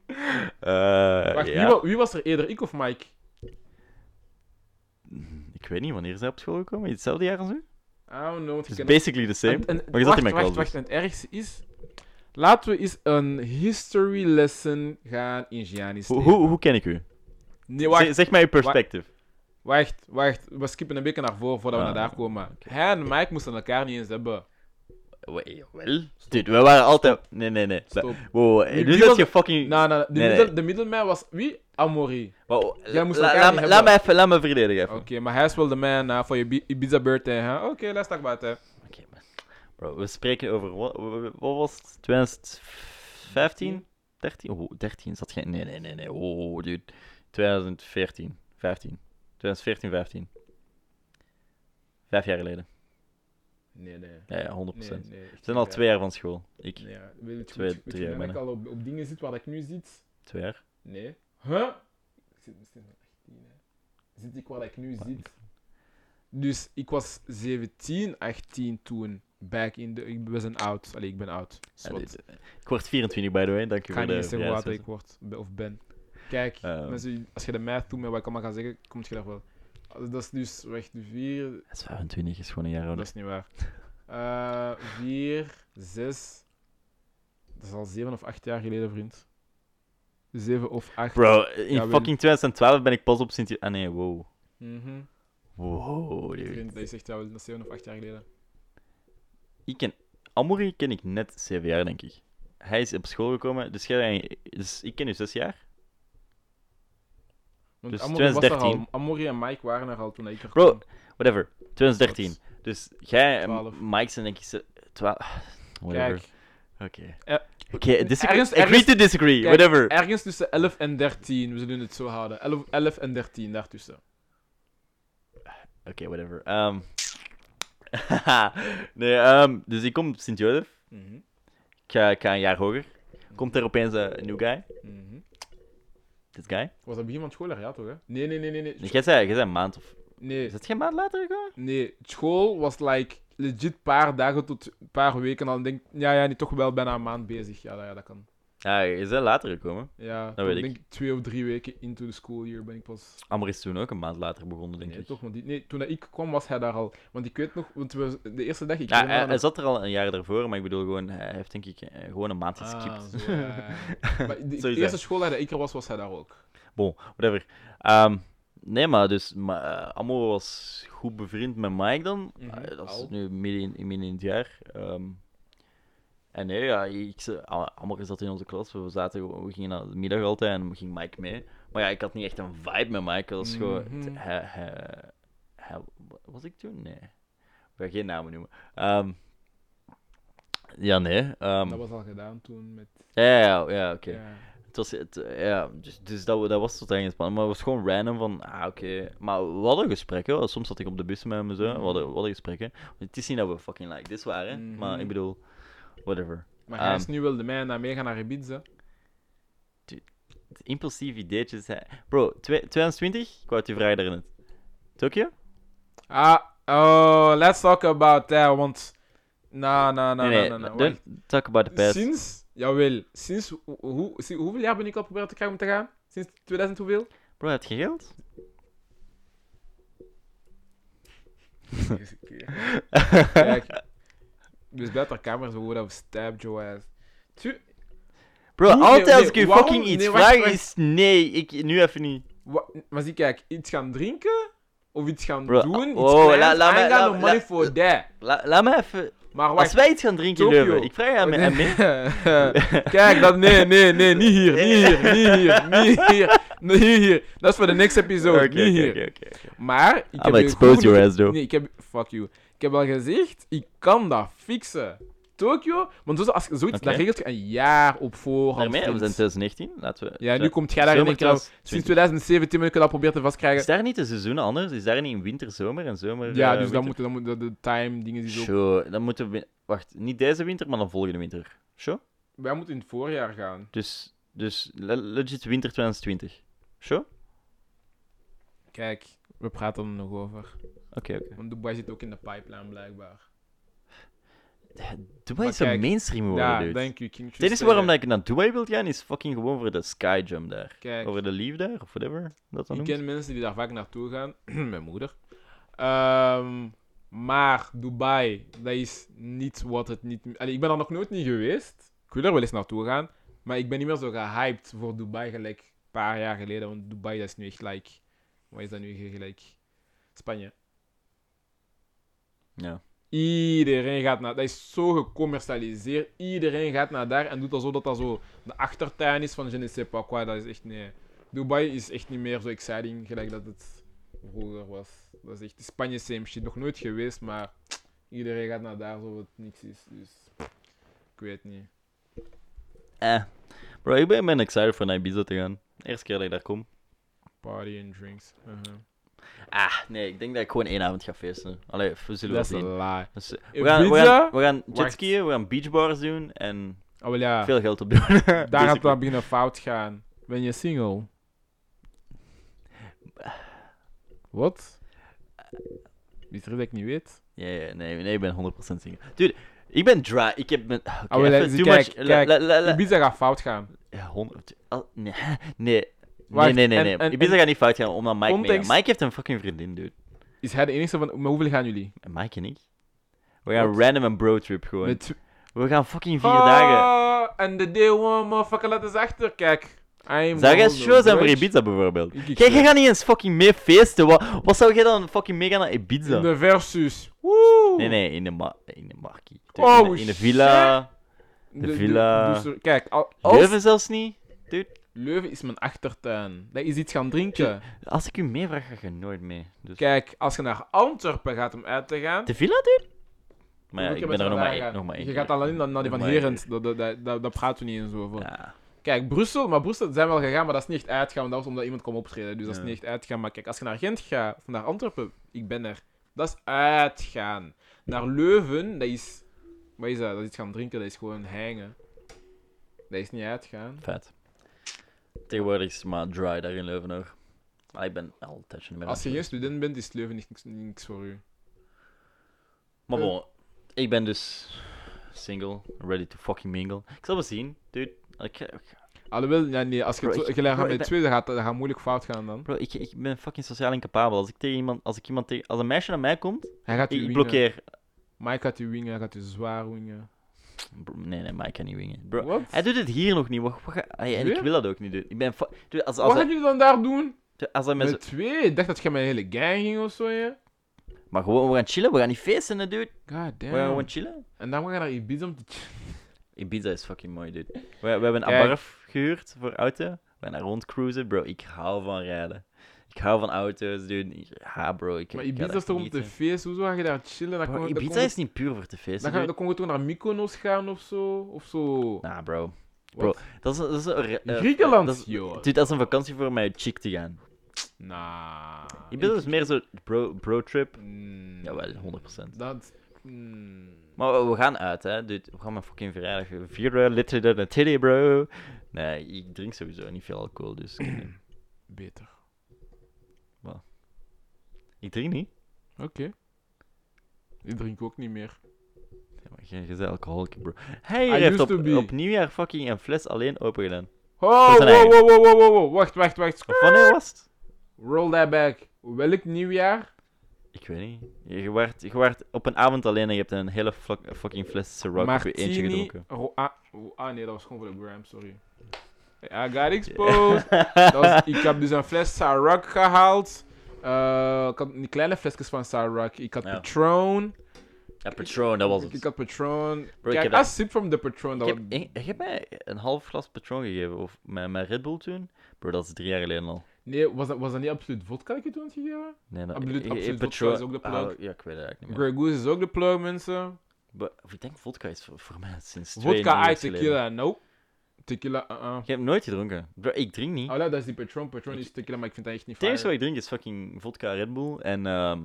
Speaker 2: Eh,
Speaker 1: Wacht,
Speaker 2: ja.
Speaker 1: wie, wa- wie was er eerder, ik of Mike?
Speaker 2: Ik weet niet wanneer zij op school gekomen. is. Hetzelfde jaar als u?
Speaker 1: I don't know, want je
Speaker 2: It's
Speaker 1: kent-
Speaker 2: basically the same.
Speaker 1: En- en-
Speaker 2: maar je zat
Speaker 1: wacht,
Speaker 2: in mijn
Speaker 1: wacht,
Speaker 2: klas.
Speaker 1: wacht,
Speaker 2: dus.
Speaker 1: en het ergste is... Laten we eens een history lesson gaan in Giannis.
Speaker 2: Hoe, hoe, hoe ken ik u?
Speaker 1: Nee,
Speaker 2: Zeg,
Speaker 1: wacht,
Speaker 2: zeg mij uw perspective.
Speaker 1: wacht, wacht. We skippen een beetje naar voren voordat we
Speaker 2: Ah,
Speaker 1: naar daar komen. Hij en Mike moesten elkaar niet eens hebben.
Speaker 2: Wel? Dude, we waren altijd... Nee, nee, nee.
Speaker 1: eh, Stop.
Speaker 2: Wow, wow, hey,
Speaker 1: Die-
Speaker 2: dus
Speaker 1: die
Speaker 2: dat
Speaker 1: was-
Speaker 2: je fucking...
Speaker 1: Nou, nou, de,
Speaker 2: Nee, nee.
Speaker 1: middel, de middelman was wie? Amori.
Speaker 2: Wow,
Speaker 1: Jij moest
Speaker 2: la-
Speaker 1: elkaar
Speaker 2: laat
Speaker 1: niet
Speaker 2: me-
Speaker 1: hebben. Oh.
Speaker 2: Laat me even, laat me verdedigen even.
Speaker 1: Oké, maar hij is wel de man eh, voor je Ibi- Ibiza-birthday, hè? Oké, let's talk about it.
Speaker 2: Oké, man. Bro, we spreken over... wa- wa- Wat was het? 2015? 13? Oh, 13 zat geen... Nee, nee, nee, nee. Oh, dude. 2014. 15. 2014, 15. Vijf jaar geleden.
Speaker 1: Nee, nee.
Speaker 2: Ja, ja 100%.
Speaker 1: nee,
Speaker 2: We
Speaker 1: nee echt
Speaker 2: zijn al
Speaker 1: niet,
Speaker 2: twee jaar van school. Ik,
Speaker 1: hè. Nee, ja. weet je,
Speaker 2: Twee,
Speaker 1: weet je- weet
Speaker 2: drie
Speaker 1: je
Speaker 2: jaar
Speaker 1: dat ik
Speaker 2: bijna.
Speaker 1: al op, op dingen zit waar ik nu zit?
Speaker 2: twee jaar.
Speaker 1: Nee. Huh? Ik zit misschien nog 18, hè. Zit ik waar ik nu zit? Dus ik was 17, 18 toen. Back in the... Ik ben oud. Allee, ik ben oud.
Speaker 2: Ja,
Speaker 1: Zwat.
Speaker 2: dit- ik word 24, by the way. Dank
Speaker 1: Ik ga
Speaker 2: je voor
Speaker 1: niet
Speaker 2: de
Speaker 1: eens zeggen hoe oud ik
Speaker 2: verjaardagsfeest.
Speaker 1: word be- of ben. Kijk,
Speaker 2: Ehm.
Speaker 1: mensen, als je de math doet met wat ik allemaal ga zeggen, kom je daar wel. Ah, Dat is dus weg de 4,
Speaker 2: Hij is 25, is gewoon een jaar
Speaker 1: dat
Speaker 2: ouder.
Speaker 1: is niet waar. Eh 4, 6, dat is al 7 of 8 jaar geleden, vriend. 7 of 8.
Speaker 2: Bro, in
Speaker 1: Ja, Wim.
Speaker 2: fucking 2012 ben ik pas op Sint... Ah nee, wow.
Speaker 1: Mhm.
Speaker 2: Wow, dude.
Speaker 1: Vriend, dat is echt ja, wel 7 of 8 jaar geleden.
Speaker 2: Ik ken... Amori ken ik net 7 jaar, denk ik. Hij is op school gekomen, dus, jij... dus ik ken u 6 jaar.
Speaker 1: Want
Speaker 2: Dus
Speaker 1: Amori was er al.
Speaker 2: 2013.
Speaker 1: Amori en Mike waren er al toen ik er
Speaker 2: Bro,
Speaker 1: kwam.
Speaker 2: Whatever, 2013. Dus jij en
Speaker 1: 12.
Speaker 2: Mike zijn denk ik 12. Whatever.
Speaker 1: Kijk,
Speaker 2: Oké.
Speaker 1: Eh,
Speaker 2: Oké, disagree.
Speaker 1: ergens-
Speaker 2: Agree
Speaker 1: ergens-
Speaker 2: to disagree,
Speaker 1: Kijk,
Speaker 2: whatever.
Speaker 1: ergens tussen 11 en 13, we zullen het zo houden. 11, 11 en 13, daartussen.
Speaker 2: Oké, whatever. Ehm, nee, ehm, dus ik kom op Sint-Jozef.
Speaker 1: Mhm.
Speaker 2: Ik ga, ik ga een jaar hoger. Komt er opeens eh, een new guy.
Speaker 1: Mhm.
Speaker 2: Dit guy.
Speaker 1: Was dat begin van het schooljaar, ja toch? Hè? Nee, nee, nee, nee. Nee,
Speaker 2: Jij zei, jij zei een maand of...
Speaker 1: nee,
Speaker 2: Is dat geen maand later gegaan?
Speaker 1: nee. School was like legit paar dagen tot een paar weken. Dan denk ik, ja, ja, nee, toch wel bijna een maand bezig. Ja, dat, ja, dat kan.
Speaker 2: Ja, is dat later gekomen?
Speaker 1: Ja,
Speaker 2: Dat
Speaker 1: toch
Speaker 2: weet ik.
Speaker 1: denk ik twee of drie weken into the school year ben ik pas.
Speaker 2: Amber is toen ook een maand later begonnen, denk
Speaker 1: Nee,
Speaker 2: ik.
Speaker 1: toch? Want die, nee, toen ik kwam was hij daar al. Want ik weet nog, want we, de eerste dag. Ik
Speaker 2: Ja,
Speaker 1: herinner
Speaker 2: hij,
Speaker 1: me
Speaker 2: hij
Speaker 1: nog-
Speaker 2: zat er al een jaar daarvoor, maar ik bedoel gewoon, hij heeft denk ik eh, gewoon een maand
Speaker 1: Ah,
Speaker 2: geskipt.
Speaker 1: zo, ja, ja. Maar de
Speaker 2: Zo is
Speaker 1: eerste
Speaker 2: dat.
Speaker 1: schooljaar dat ik er was, was hij daar ook.
Speaker 2: Bon, whatever. Ehm, nee, maar dus, maar, eh, Amor was goed bevriend met Mike dan.
Speaker 1: Mhm.
Speaker 2: Eh, dat is
Speaker 1: Al.
Speaker 2: nu midden in, in- midden in het jaar. Ehm, en nee, ja, ik, ze- A- Amor zat in onze klas, we, zaten, gewoon- we gingen naar de middag altijd en ging Mike mee. Maar ja, ik had niet echt een vibe met Mike, dat was gewoon...
Speaker 1: Mhm.
Speaker 2: hij, hij, hij- was ik toen? Nee. Ik ga geen namen noemen. Ehm, ja, nee. ehm,
Speaker 1: Dat was al gedaan toen met.
Speaker 2: ja, ja, ja, ja, oké.
Speaker 1: Ja.
Speaker 2: Het was, het, eh, ja, dus, dus dat, we- dat was tot ergens spannend. Maar het was gewoon random van, ah, oké. Maar we hadden gesprekken. want Soms zat ik op de bus met hem en zo. We hadden, we hadden gesprekken. Het is niet dat we fucking like this waren.
Speaker 1: Mhm.
Speaker 2: Maar ik bedoel, whatever.
Speaker 1: Maar hij
Speaker 2: Ehm.
Speaker 1: is nu wel de man naar meegaan naar Ibiza.
Speaker 2: Het Impulsief ideetjes. hè. Bro, twee- 2020? Ik wou het je vragen daarnet. Tokio?
Speaker 1: Ah, oh, let's talk about that, want... Na, na, na, na, na, na.
Speaker 2: don't talk about the
Speaker 1: wacht.
Speaker 2: past.
Speaker 1: Sinds, jawel, sinds, ho- hoe, si- hoeveel jaar ben ik al proberen te krijgen om te gaan? Sinds 2000 hoeveel?
Speaker 2: Bro, heb je geld?
Speaker 1: Kijk, dus buiten camera zo dat we stab your ass. Tu,
Speaker 2: Bro,
Speaker 1: Hoe? Nee,
Speaker 2: altijd als
Speaker 1: nee,
Speaker 2: ik je
Speaker 1: waarom?
Speaker 2: fucking iets
Speaker 1: Nee, wacht,
Speaker 2: vraag
Speaker 1: wacht.
Speaker 2: is nee. Ik, nu even niet.
Speaker 1: wa, maar zie, kijk, iets gaan drinken, of iets gaan
Speaker 2: Bro,
Speaker 1: doen, iets
Speaker 2: oh,
Speaker 1: kleins,
Speaker 2: la- laat
Speaker 1: I ain't
Speaker 2: mij-
Speaker 1: got
Speaker 2: la-
Speaker 1: no money
Speaker 2: la-
Speaker 1: for that.
Speaker 2: La- laat me even...
Speaker 1: Maar
Speaker 2: Als
Speaker 1: Ah, wacht,
Speaker 2: wij iets gaan drinken,
Speaker 1: Tokio.
Speaker 2: Leuven, ik vraag aan mij mee.
Speaker 1: Kijk, dat, nee, nee, nee, niet hier, niet hier, niet hier, niet hier, niet hier. Dat is voor de next episode,
Speaker 2: Oké,
Speaker 1: niet
Speaker 2: oké,
Speaker 1: hier.
Speaker 2: oké, oké, oké.
Speaker 1: Maar, ik heb je
Speaker 2: expose
Speaker 1: goed
Speaker 2: your
Speaker 1: genoeg-
Speaker 2: ass, though.
Speaker 1: Nee, ik heb, fuck you. Ik heb al gezegd, ik kan dat fixen. Tokio, want dus als, zoiets,
Speaker 2: Oké.
Speaker 1: dat regelt je een jaar op voorhand.
Speaker 2: Daarmee, we zijn
Speaker 1: vriend.
Speaker 2: 2019. Laten we...
Speaker 1: Ja, nu
Speaker 2: zo-
Speaker 1: komt jij daar in één
Speaker 2: zomer
Speaker 1: keer al-
Speaker 2: 2020.
Speaker 1: Sinds 2017 ben ik dat proberen te vastkrijgen.
Speaker 2: Is daar niet de seizoenen anders? Is daar niet in winter, zomer en zomer?
Speaker 1: Ja,
Speaker 2: eh,
Speaker 1: dus
Speaker 2: winter?
Speaker 1: dan moeten dan moet de, de time, dingen die zo...
Speaker 2: Zo, dan moeten we... Wacht, niet deze winter, maar dan volgende winter. Zo?
Speaker 1: Wij moeten in het voorjaar gaan.
Speaker 2: Dus, dus le- legit winter 2020. Zo? Oké,
Speaker 1: Kijk, we praten er nog over.
Speaker 2: oké.
Speaker 1: Want Dubai zit ook in de pipeline, blijkbaar.
Speaker 2: Dubai
Speaker 1: Maar
Speaker 2: is een
Speaker 1: kijk,
Speaker 2: mainstream
Speaker 1: Ja,
Speaker 2: geworden, dude.
Speaker 1: dank u, King
Speaker 2: Dit is
Speaker 1: Tristan.
Speaker 2: waarom dat ik naar Dubai wil gaan, is fucking gewoon voor de skyjump daar.
Speaker 1: Kijk,
Speaker 2: Over de lief daar, of whatever dat dan
Speaker 1: ik
Speaker 2: noemt.
Speaker 1: ken mensen die daar vaak naartoe gaan. Mijn moeder. Ehm, maar Dubai, dat is niet wat het niet... Allee, ik ben er nog nooit niet geweest. Ik wil er wel eens naartoe gaan, maar ik ben niet meer zo gehyped voor Dubai gelijk een paar jaar geleden. Want Dubai dat is nu echt like. Wat is dat nu gelijk? Spanje.
Speaker 2: Ja.
Speaker 1: Iedereen gaat naar... Dat is zo gecommercialiseerd. Iedereen gaat naar daar en doet alsof dat dat zo de achtertuin is van je ne sais pas quoi. Dat is echt... Nee. Dubai is echt niet meer zo exciting gelijk dat het vroeger was. Dat is echt... Spanje same shit. Nog nooit geweest, maar... Iedereen gaat naar daar zo het niks is. Dus... Ik weet niet.
Speaker 2: Eh. Bro, ik ben, ben excited voor naar Ibiza te gaan. Eerste keer dat ik daar kom.
Speaker 1: Party and drinks. Uh-huh.
Speaker 2: Ah, nee, ik denk dat ik gewoon één avond ga feesten. Allee, we zullen wel
Speaker 1: Dat is
Speaker 2: zien.
Speaker 1: een lie.
Speaker 2: Dus, eh, we,
Speaker 1: In
Speaker 2: gaan, we,
Speaker 1: Ibiza?
Speaker 2: gaan, we gaan
Speaker 1: Wacht.
Speaker 2: jetskiën, we gaan beachbars doen en
Speaker 1: Oh, wel ja.
Speaker 2: veel geld Dus opdoen. Daar
Speaker 1: Daar gaat dat beginnen fout gaan. Ben je single? Wat? Wie terug dat ik niet weet?
Speaker 2: Ja, ja, nee, nee, ik ben 100% single. Dude, ik ben dry. Ik heb... mijn- Oké,
Speaker 1: Ah, wel,
Speaker 2: even
Speaker 1: zie-
Speaker 2: too
Speaker 1: kijk,
Speaker 2: much.
Speaker 1: kijk,
Speaker 2: La- la- la-
Speaker 1: Ibiza gaat fout gaan.
Speaker 2: Ja, 100. al- Nee, nee.
Speaker 1: Wacht,
Speaker 2: nee, nee, nee.
Speaker 1: en-
Speaker 2: nee.
Speaker 1: en-
Speaker 2: Ibiza
Speaker 1: en-
Speaker 2: gaat niet fout gaan omdat Mike mee
Speaker 1: Context-
Speaker 2: gaat. Mike heeft een fucking vriendin, dude.
Speaker 1: Is hij de enige van... Maar hoeveel gaan jullie?
Speaker 2: En Mike en ik. We gaan
Speaker 1: Wat?
Speaker 2: random een bro-trip gewoon.
Speaker 1: Met vier
Speaker 2: We gaan fucking vier dagen.
Speaker 1: Ah, En de day one, motherfucker, laat eens achter. Kijk. I'm
Speaker 2: Zou jij
Speaker 1: on the
Speaker 2: show zijn voor
Speaker 1: verge.
Speaker 2: Ibiza bijvoorbeeld?
Speaker 1: Ik- ik-
Speaker 2: Jij, jij gaat niet eens fucking mee feesten. Wat, wat zou jij dan fucking mee gaan naar Ibiza?
Speaker 1: In de versus. Woe!
Speaker 2: Nee, nee, in de, ma in de marquee. In de-
Speaker 1: Oh,
Speaker 2: in, de, villa.
Speaker 1: De,
Speaker 2: villa.
Speaker 1: dus er- kijk, al- als...
Speaker 2: Leuven zelfs niet. Dude,
Speaker 1: Leuven is mijn achtertuin. Dat is iets gaan drinken.
Speaker 2: als ik u meevraag, ga je nooit mee. Dus.
Speaker 1: Kijk, als je naar Antwerpen gaat om uit te gaan...
Speaker 2: De villa, dude? Maar ja,
Speaker 1: Moet
Speaker 2: ik
Speaker 1: met
Speaker 2: ben er nog
Speaker 1: z'n
Speaker 2: maar
Speaker 1: daar
Speaker 2: één.
Speaker 1: gaan.
Speaker 2: nog maar één
Speaker 1: Je
Speaker 2: keer.
Speaker 1: gaat alleen naar, naar die
Speaker 2: Nog
Speaker 1: van
Speaker 2: maar één
Speaker 1: Herent, daar dat, dat, dat, dat praten we niet eens over.
Speaker 2: Ja.
Speaker 1: Kijk, Brussel, maar Brussel zijn wel gegaan, maar dat is niet echt uitgaan, want dat was omdat iemand kwam optreden. Dus dat is
Speaker 2: Ja.
Speaker 1: niet echt uitgaan. Maar kijk, als je naar Gent gaat, of naar Antwerpen, ik ben er. Dat is uitgaan. Naar Leuven, dat is... Wat is dat? Dat is iets gaan drinken, dat is gewoon hangen. Dat is niet uitgaan.
Speaker 2: Vet. Tegenwoordig is het maar dry daar in Leuven nog. Maar ik ben al een tijdje niet meer
Speaker 1: Als je
Speaker 2: aan
Speaker 1: geen
Speaker 2: het
Speaker 1: student bent, is Leuven niks, niks voor u.
Speaker 2: Maar bon, ik ben dus single, ready to fucking mingle. Ik zal wel zien, dude. Ik, ik-
Speaker 1: Alhoewel, ja, nee, als je
Speaker 2: Bro,
Speaker 1: het zo-
Speaker 2: ik-
Speaker 1: je gaat
Speaker 2: bro,
Speaker 1: met
Speaker 2: ik ben-
Speaker 1: twee, dan gaat dat gaat moeilijk fout gaan dan.
Speaker 2: bro, ik, ik ben fucking sociaal incapabel. Als ik tegen iemand, als ik iemand tegen, als een meisje naar mij komt,
Speaker 1: Hij gaat eh, u
Speaker 2: ik, ik
Speaker 1: wingen.
Speaker 2: blokkeer.
Speaker 1: Mike gaat u wingen, hij gaat u zwaar wingen.
Speaker 2: Bro, nee, nee, maar ik kan niet wingen. Bro,
Speaker 1: Wat?
Speaker 2: hij doet het hier nog niet. Wat, wat ga- Ay, en ik
Speaker 1: Weer?
Speaker 2: wil dat ook niet doen. Ik ben fu- dude, als, als,
Speaker 1: Wat
Speaker 2: hij,
Speaker 1: gaan jullie dan daar doen?
Speaker 2: als hij met
Speaker 1: Met,
Speaker 2: zo-
Speaker 1: twee? Ik dacht dat je met een hele gang ging of zo, ja?
Speaker 2: Maar gewoon, we gaan chillen, we gaan niet feesten, hè, dude.
Speaker 1: God
Speaker 2: We gaan
Speaker 1: damn.
Speaker 2: gewoon chillen.
Speaker 1: En dan gaan we naar Ibiza om te ch-
Speaker 2: Ibiza is fucking mooi, dude. We, we hebben een
Speaker 1: Kijk.
Speaker 2: Abarth gehuurd voor auto. We gaan daar rondcruisen, bro. Ik hou van rijden. Ik hou van auto's, dude. Ja, bro. Ik,
Speaker 1: Maar
Speaker 2: ik ga
Speaker 1: Ibiza
Speaker 2: daar
Speaker 1: is toch om te
Speaker 2: genieten.
Speaker 1: feesten? Hoezo ga je daar chillen? Dan
Speaker 2: Bro,
Speaker 1: kon,
Speaker 2: Ibiza
Speaker 1: dan kon,
Speaker 2: is niet puur voor te feesten,
Speaker 1: dan, ga,
Speaker 2: dude.
Speaker 1: dan kon je toch naar Mykonos gaan of zo? Of zo?
Speaker 2: Nah, bro.
Speaker 1: Wat?
Speaker 2: Dat is, dat is een... re- eh,
Speaker 1: Griekenland,
Speaker 2: dat is-
Speaker 1: joh.
Speaker 2: Dude, dat is een vakantie voor mij chick te gaan.
Speaker 1: Nah.
Speaker 2: Ibiza
Speaker 1: Ah, Ik-
Speaker 2: is meer zo bro, bro trip.
Speaker 1: Mm,
Speaker 2: Jawel, 100%.
Speaker 1: Dat... mm.
Speaker 2: Maar we- we gaan uit, hè. Dude, we gaan maar fucking vrijdag. Vier eh, liter naar de titty, bro. Nee, ik drink sowieso niet veel alcohol, dus... eh,
Speaker 1: Beter.
Speaker 2: ik drink niet.
Speaker 1: Oké. Ik drink ook niet meer.
Speaker 2: Ja, maar jij jij bent alcoholic, bro. Hij
Speaker 1: I
Speaker 2: heeft
Speaker 1: used
Speaker 2: op,
Speaker 1: to be.
Speaker 2: op nieuwjaar fucking een fles alleen open gedaan.
Speaker 1: Oh,
Speaker 2: Dat is
Speaker 1: wow,
Speaker 2: een
Speaker 1: wow, wow, wow, wow, wow. Wacht, wacht, wacht.
Speaker 2: Of wanneer was het?
Speaker 1: Roll that back. Welk nieuwjaar?
Speaker 2: Ik weet niet. Je je werd, je werd op een avond alleen en je hebt een hele flak- fucking fles Ciroc op je eentje
Speaker 1: Martini.
Speaker 2: gedronken.
Speaker 1: ro- ah, oh, ah nee, dat was gewoon voor de gram, sorry. I got exposed. Dat was- ik heb dus een fles Ciroc gehaald. Eh, ik had die kleine flesjes van Ciroc. Ik had
Speaker 2: Ja.
Speaker 1: Patron.
Speaker 2: Ja, Patron, dat was
Speaker 1: Ik,
Speaker 2: het.
Speaker 1: ik had Patron.
Speaker 2: Bro, ik
Speaker 1: Kijk,
Speaker 2: heb
Speaker 1: I
Speaker 2: dat-
Speaker 1: sip from the Patron.
Speaker 2: Ik
Speaker 1: Dat
Speaker 2: heb,
Speaker 1: was-
Speaker 2: ik, ik heb mij een half glas Patron gegeven, of mijn, mijn Red Bull toen. Bro, dat is drie jaar geleden al.
Speaker 1: Nee, was dat, was dat niet absoluut vodka dat ik je toen had gegeven?
Speaker 2: Nee, nou,
Speaker 1: Absoluut,
Speaker 2: ik- ik- ik-
Speaker 1: absoluut, vodka is ook de plug.
Speaker 2: Ah, ja, ik weet het eigenlijk niet meer.
Speaker 1: Grey Goose is ook de plug, mensen.
Speaker 2: Maar, of ik denk vodka is voor, voor mij sinds twee
Speaker 1: Vodka,
Speaker 2: jaar
Speaker 1: I,
Speaker 2: geleden.
Speaker 1: tequila, nope. Tequila, uh-uh.
Speaker 2: Ik heb nooit gedronken. Bro, ik drink niet.
Speaker 1: Oh, ja, dat is die Patron. Patron is tequila, maar ik vind dat echt niet
Speaker 2: Het enige wat
Speaker 1: fijn.
Speaker 2: ik drink is fucking vodka Red Bull en ehm,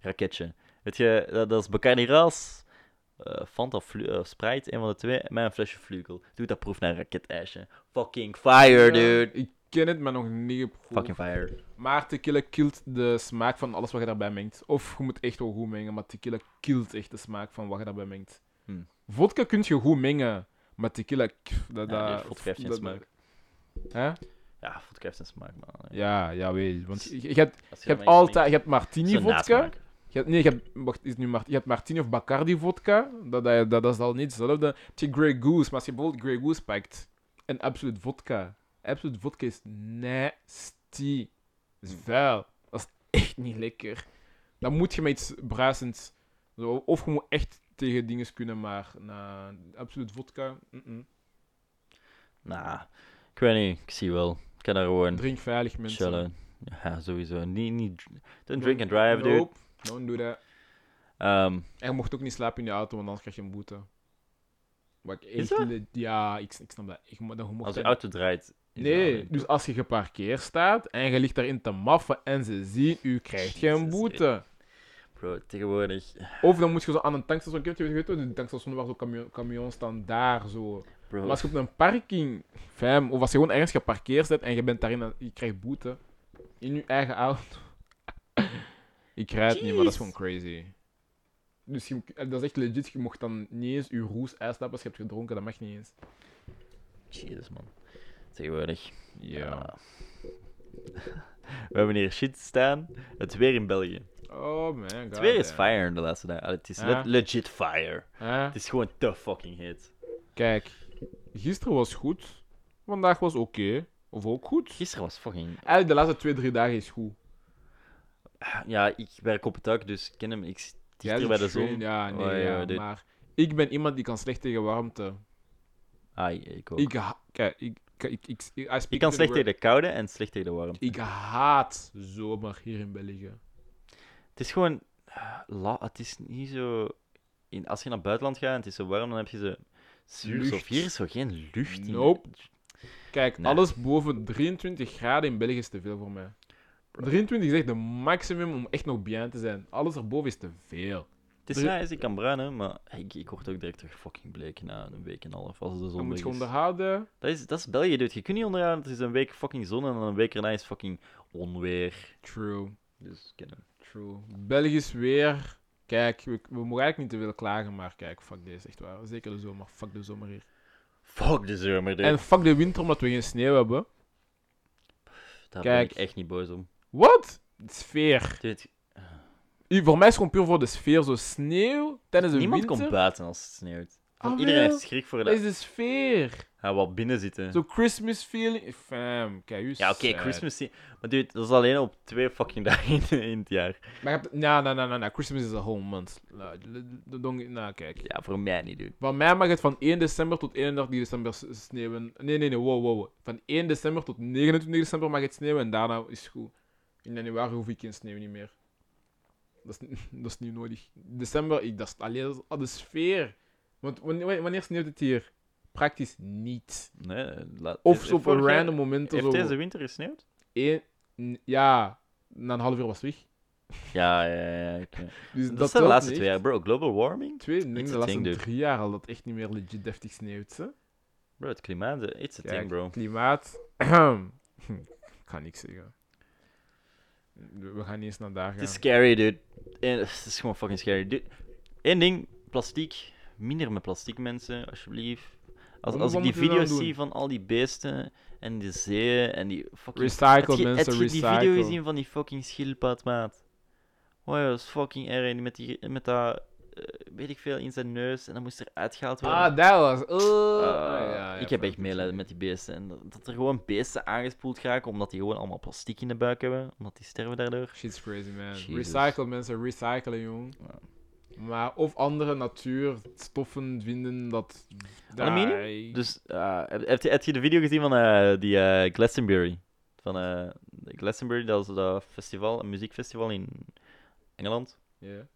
Speaker 2: raketje. Weet je, dat, dat is Bacardi Ras, eh, Fanta Flu- eh, Sprite, een van de twee, en mij een flesje Flugel. Doe dat proef naar een raketijsje. Fucking fire, dude.
Speaker 1: Ik ken het, maar nog niet geproefd.
Speaker 2: Fucking fire.
Speaker 1: Maar tequila kilt de smaak van alles wat je daarbij mengt. Of je moet echt wel goed mengen, maar tequila kilt echt de smaak van wat je daarbij mengt.
Speaker 2: Hmm.
Speaker 1: Vodka kun je goed mengen, maar tequila... pff, Dat,
Speaker 2: Ja,
Speaker 1: dat,
Speaker 2: dude, vodka heeft geen
Speaker 1: dat-
Speaker 2: smaak.
Speaker 1: Hè?
Speaker 2: Ja, vodka heeft een smaak, man.
Speaker 1: Ja, ja, weet je. Want je je hebt,
Speaker 2: Als
Speaker 1: je hebt
Speaker 2: dat maar eens
Speaker 1: altijd... Je hebt martini
Speaker 2: drinkt, is het een
Speaker 1: vodka,
Speaker 2: nasmaak.
Speaker 1: je hebt, nee, je hebt, wacht, is het nu Mart, je hebt Martini of Bacardi vodka. Dat, dat, dat, dat is al niet hetzelfde. Je hebt Grey Goose, maar als je bijvoorbeeld Grey Goose pakt en Absolute Vodka. Absolute Vodka is nasty. Dat is vuil. Dat is echt niet lekker. Dan moet je met iets bruisends. Zo, of je moet echt tegen dingen kunnen, maar na Absolute Vodka. mm-mm.
Speaker 2: Nou, ik weet niet. Ik zie wel. Ik kan daar gewoon
Speaker 1: Drink veilig, mensen.
Speaker 2: chillen. Ja, sowieso. Niet, niet, don't drink and drive, dude.
Speaker 1: Nope, don't do that.
Speaker 2: Ehm,
Speaker 1: En je mocht ook niet slapen in de auto, want anders krijg je een boete. Wat ik
Speaker 2: Is
Speaker 1: echt
Speaker 2: dat?
Speaker 1: le- Ja, ik, ik snap dat. Ik, maar dan mocht
Speaker 2: als je
Speaker 1: dat-
Speaker 2: auto draait... is dat
Speaker 1: Nee,
Speaker 2: wel-
Speaker 1: dus als je geparkeerd staat en je ligt daarin te maffen en ze zien u, krijg je een
Speaker 2: Jezus,
Speaker 1: boete.
Speaker 2: Bro, tegenwoordig...
Speaker 1: Of dan moet je zo aan een tankstation, ik weet je weet toch, die tankstations waar zo camion, camions staan daar zo.
Speaker 2: Bro,
Speaker 1: Maar als je op een parking, fam, of als je gewoon ergens geparkeerd bent en je bent daarin, dan- je krijgt boete. In je eigen auto. ik rijd niet, maar dat is gewoon crazy. Dus je, dat is echt legit, je mocht dan niet eens je roes uitstappen als je hebt gedronken, dat mag niet eens.
Speaker 2: Jezus, man. Tegenwoordig. Ja. We hebben hier shit staan. Het weer in België.
Speaker 1: Oh man, god.
Speaker 2: Het weer is fire de laatste dagen. Allee, Het is le-
Speaker 1: Ja.
Speaker 2: legit fire. Het is gewoon te fucking heet.
Speaker 1: Kijk, gisteren was goed, vandaag was oké, of ook goed.
Speaker 2: Gisteren was fucking...
Speaker 1: Eigenlijk de laatste twee, drie dagen is goed.
Speaker 2: Ja, ik werk op het dak, dus ik ken hem. Ik zit
Speaker 1: Jij
Speaker 2: hier
Speaker 1: zit
Speaker 2: bij de
Speaker 1: train,
Speaker 2: zon.
Speaker 1: Ja, nee,
Speaker 2: Oh, ja,
Speaker 1: ja,
Speaker 2: dit-
Speaker 1: maar ik ben iemand die kan slecht tegen warmte.
Speaker 2: Ah, ik ook.
Speaker 1: Ik, ha- kijk, ik, ik, ik, ik, I speak
Speaker 2: Ik kan
Speaker 1: to the
Speaker 2: slecht
Speaker 1: world.
Speaker 2: tegen de koude en slecht tegen de warmte.
Speaker 1: Ik haat zomer hier in België.
Speaker 2: Het is gewoon... eh, La, het is niet zo... In, als je naar het buitenland gaat en het is zo warm, dan heb je zo... Zuurstof.
Speaker 1: Lucht.
Speaker 2: Hier is zo geen lucht in.
Speaker 1: Nope. Kijk,
Speaker 2: Nee.
Speaker 1: alles boven 23 graden in België is te veel voor mij. 23 is echt de maximum om echt nog bien te zijn. Alles erboven is te veel.
Speaker 2: Het is
Speaker 1: Er-
Speaker 2: nice, ik kan bruinen, maar ik, ik word ook direct terug fucking bleek na een week en een half als de
Speaker 1: Dan
Speaker 2: zon
Speaker 1: moet
Speaker 2: weg
Speaker 1: je
Speaker 2: is.
Speaker 1: onderhouden.
Speaker 2: Dat is, dat is België, dude. Je kunt niet onderhouden, het is een week fucking zon en dan een week erna is fucking onweer.
Speaker 1: True,
Speaker 2: Dus, ken hem.
Speaker 1: true. Belgisch weer. Kijk, we, we mogen eigenlijk niet te veel klagen, maar kijk, fuck deze, echt waar. Zeker de zomer, fuck de zomer hier.
Speaker 2: Fuck de zomer, dude.
Speaker 1: En fuck de winter omdat we geen sneeuw hebben.
Speaker 2: Daar
Speaker 1: kijk.
Speaker 2: ben ik echt niet boos om.
Speaker 1: Wat? Sfeer.
Speaker 2: Dude,
Speaker 1: I- Voor mij is het gewoon puur voor de sfeer. Zo sneeuw tijdens de
Speaker 2: niemand
Speaker 1: winter.
Speaker 2: komt buiten als het sneeuwt. Want
Speaker 1: Ah,
Speaker 2: iedereen
Speaker 1: wel.
Speaker 2: heeft schrik voor
Speaker 1: Dat is
Speaker 2: dat
Speaker 1: de sfeer.
Speaker 2: hij wel binnen zitten.
Speaker 1: Zo Christmas feeling. Fam, kijk, u
Speaker 2: Ja, oké,
Speaker 1: sad.
Speaker 2: Christmas... i- Maar dude, dat is alleen op twee fucking dagen in, in het jaar.
Speaker 1: Maar je hebt... Nou, nou, nou, nou, nou, Christmas is a whole month. Nou, l- l- don't- nou, kijk.
Speaker 2: Ja, voor mij niet, dude.
Speaker 1: Van mij mag het van 1 december tot 31 december s- sneeuwen. Nee, nee, nee, wow, wow, wow. Van 1 december tot 29 december mag het sneeuwen en daarna is het goed. In januari hoef ik geen sneeuw niet meer. Dat is, n- dat is niet nodig. December, ik, dat is alleen dat is- ah, de sfeer. Want wanneer, wanneer sneeuwt het hier? Praktisch niet.
Speaker 2: Nee, laat-
Speaker 1: Of
Speaker 2: is-
Speaker 1: zo op
Speaker 2: vorig
Speaker 1: een
Speaker 2: jaar-
Speaker 1: random moment.
Speaker 2: Heeft
Speaker 1: Zo,
Speaker 2: deze winter gesneeuwd?
Speaker 1: één- n- ja, na een half uur was het weg.
Speaker 2: Ja, ja, ja. eh. ja, oké.
Speaker 1: Dus dat
Speaker 2: Dat, zijn de
Speaker 1: telt
Speaker 2: laatste
Speaker 1: niet
Speaker 2: twee jaar, bro. Global warming?
Speaker 1: Twee, ik denk
Speaker 2: It's
Speaker 1: de
Speaker 2: a
Speaker 1: laatste
Speaker 2: thing, dude.
Speaker 1: drie jaar al dat echt niet meer legit deftig sneeuwt. Hè?
Speaker 2: Bro, het klimaat, eh, it's a thing,
Speaker 1: Kijk,
Speaker 2: bro.
Speaker 1: Klimaat. ik ga niks zeggen. We we gaan niet eens naar daar gaan.
Speaker 2: Het is scary, dude. En, het is gewoon fucking scary. Dude, Eén ding, plastiek. Minder met plastiek, mensen, alsjeblieft. Als,
Speaker 1: Wat-
Speaker 2: als ik
Speaker 1: wat
Speaker 2: die
Speaker 1: moeten we dan
Speaker 2: video's
Speaker 1: doen?
Speaker 2: zie van al die beesten en de zeeën en die fucking...
Speaker 1: Recycle,
Speaker 2: Heb je-
Speaker 1: mensen,
Speaker 2: heb je die video
Speaker 1: recycle.
Speaker 2: gezien van die fucking schildpad, maat? Oh ja, dat is fucking erg. Die Met, die, met dat, eh, weet ik veel, in zijn neus en dat moest er uitgehaald worden.
Speaker 1: Ah, dat was. eh,
Speaker 2: Eh,
Speaker 1: ah, ja, ja,
Speaker 2: ik heb echt
Speaker 1: fuck,
Speaker 2: medelijden met die beesten. En dat, dat er gewoon beesten aangespoeld raken omdat die gewoon allemaal plastiek in de buik hebben. Omdat die sterven daardoor.
Speaker 1: Shit's crazy, man.
Speaker 2: Jezus.
Speaker 1: Recycle, mensen, recyclen, jong. Maar of andere natuurstoffen vinden dat.
Speaker 2: Aluminium?
Speaker 1: Daar-
Speaker 2: Dus eh, heb, heb je, heb je de video gezien van eh, die eh, Glastonbury? Van eh, de Glastonbury, dat is dat festival, een muziekfestival in Engeland.
Speaker 1: Ja.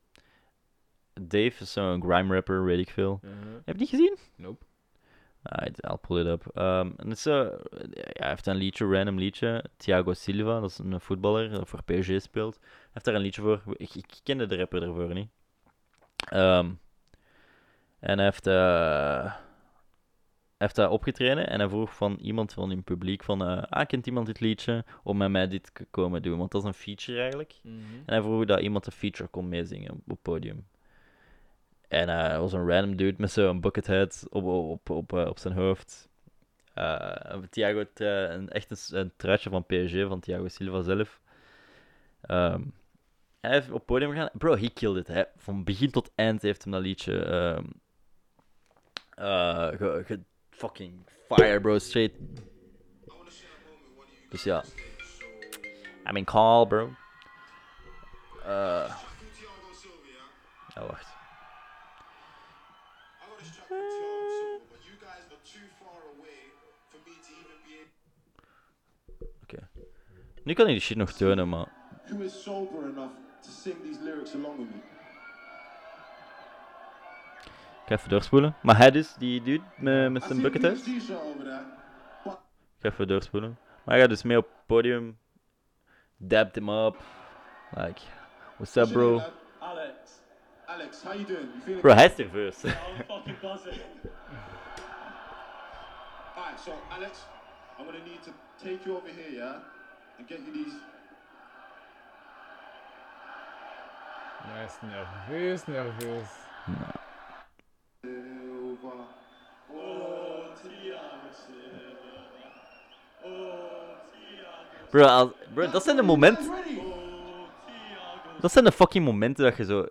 Speaker 2: Dave is zo'n grime rapper, weet ik veel.
Speaker 1: uh-huh.
Speaker 2: Heb je niet gezien? Ah,
Speaker 1: Nope.
Speaker 2: Alright, I'll pull it up. Ehm, en het is, eh, ja, hij heeft een liedje, random liedje. Thiago Silva, dat is een voetballer dat voor PSG speelt. Hij heeft daar een liedje voor. Ik, ik kende de rapper daarvoor niet. Ehm, en hij heeft, eh, hij heeft daar opgetreden en hij vroeg van iemand van in het publiek van... eh, ah, kent iemand dit liedje? Om met mij dit te komen doen, want dat is een feature eigenlijk.
Speaker 1: Mhm.
Speaker 2: En hij vroeg dat iemand een feature kon meezingen op het podium. En eh, hij was een random dude met zo'n buckethead op, op, op, op, eh, op zijn hoofd. Eh Thiago, had, eh, een, echt een, s- een truitje van PSG, van Thiago Silva zelf. Ehm, Hij heeft op het podium gegaan. Bro, he killed it. Hè. Van begin tot eind heeft hem dat liedje... ehm eh, ge, ge- fucking fire, bro. Straight... Dus ja. I mean, call, bro. Eh oh, wacht. Nu kan hij die shit nog tonen, maar...
Speaker 4: Who is sober enough to sing these lyrics along with me?
Speaker 2: Ik ga even doorspoelen. Maar hij dus, die dude met, met
Speaker 4: I
Speaker 2: zijn
Speaker 4: see
Speaker 2: bucket
Speaker 4: Peter's
Speaker 2: hat.
Speaker 4: T-shirt over there. But
Speaker 2: Ik ga even doorspoelen. Maar hij gaat dus mee op het podium. Dabbed him up. Like, what's up bro?
Speaker 4: Alex. Alex, how you doing? You feeling?
Speaker 2: Bro, hij is nerveus.
Speaker 4: I'm fucking buzzing. Alright, so Alex, I'm gonna need to take you over here, yeah, and get you these.
Speaker 1: Hij is nerveus, nerveus.
Speaker 4: Silver. Oh, Oh,
Speaker 2: Bro, als- bro, dat zijn de momenten. Dat zijn de fucking momenten dat je zo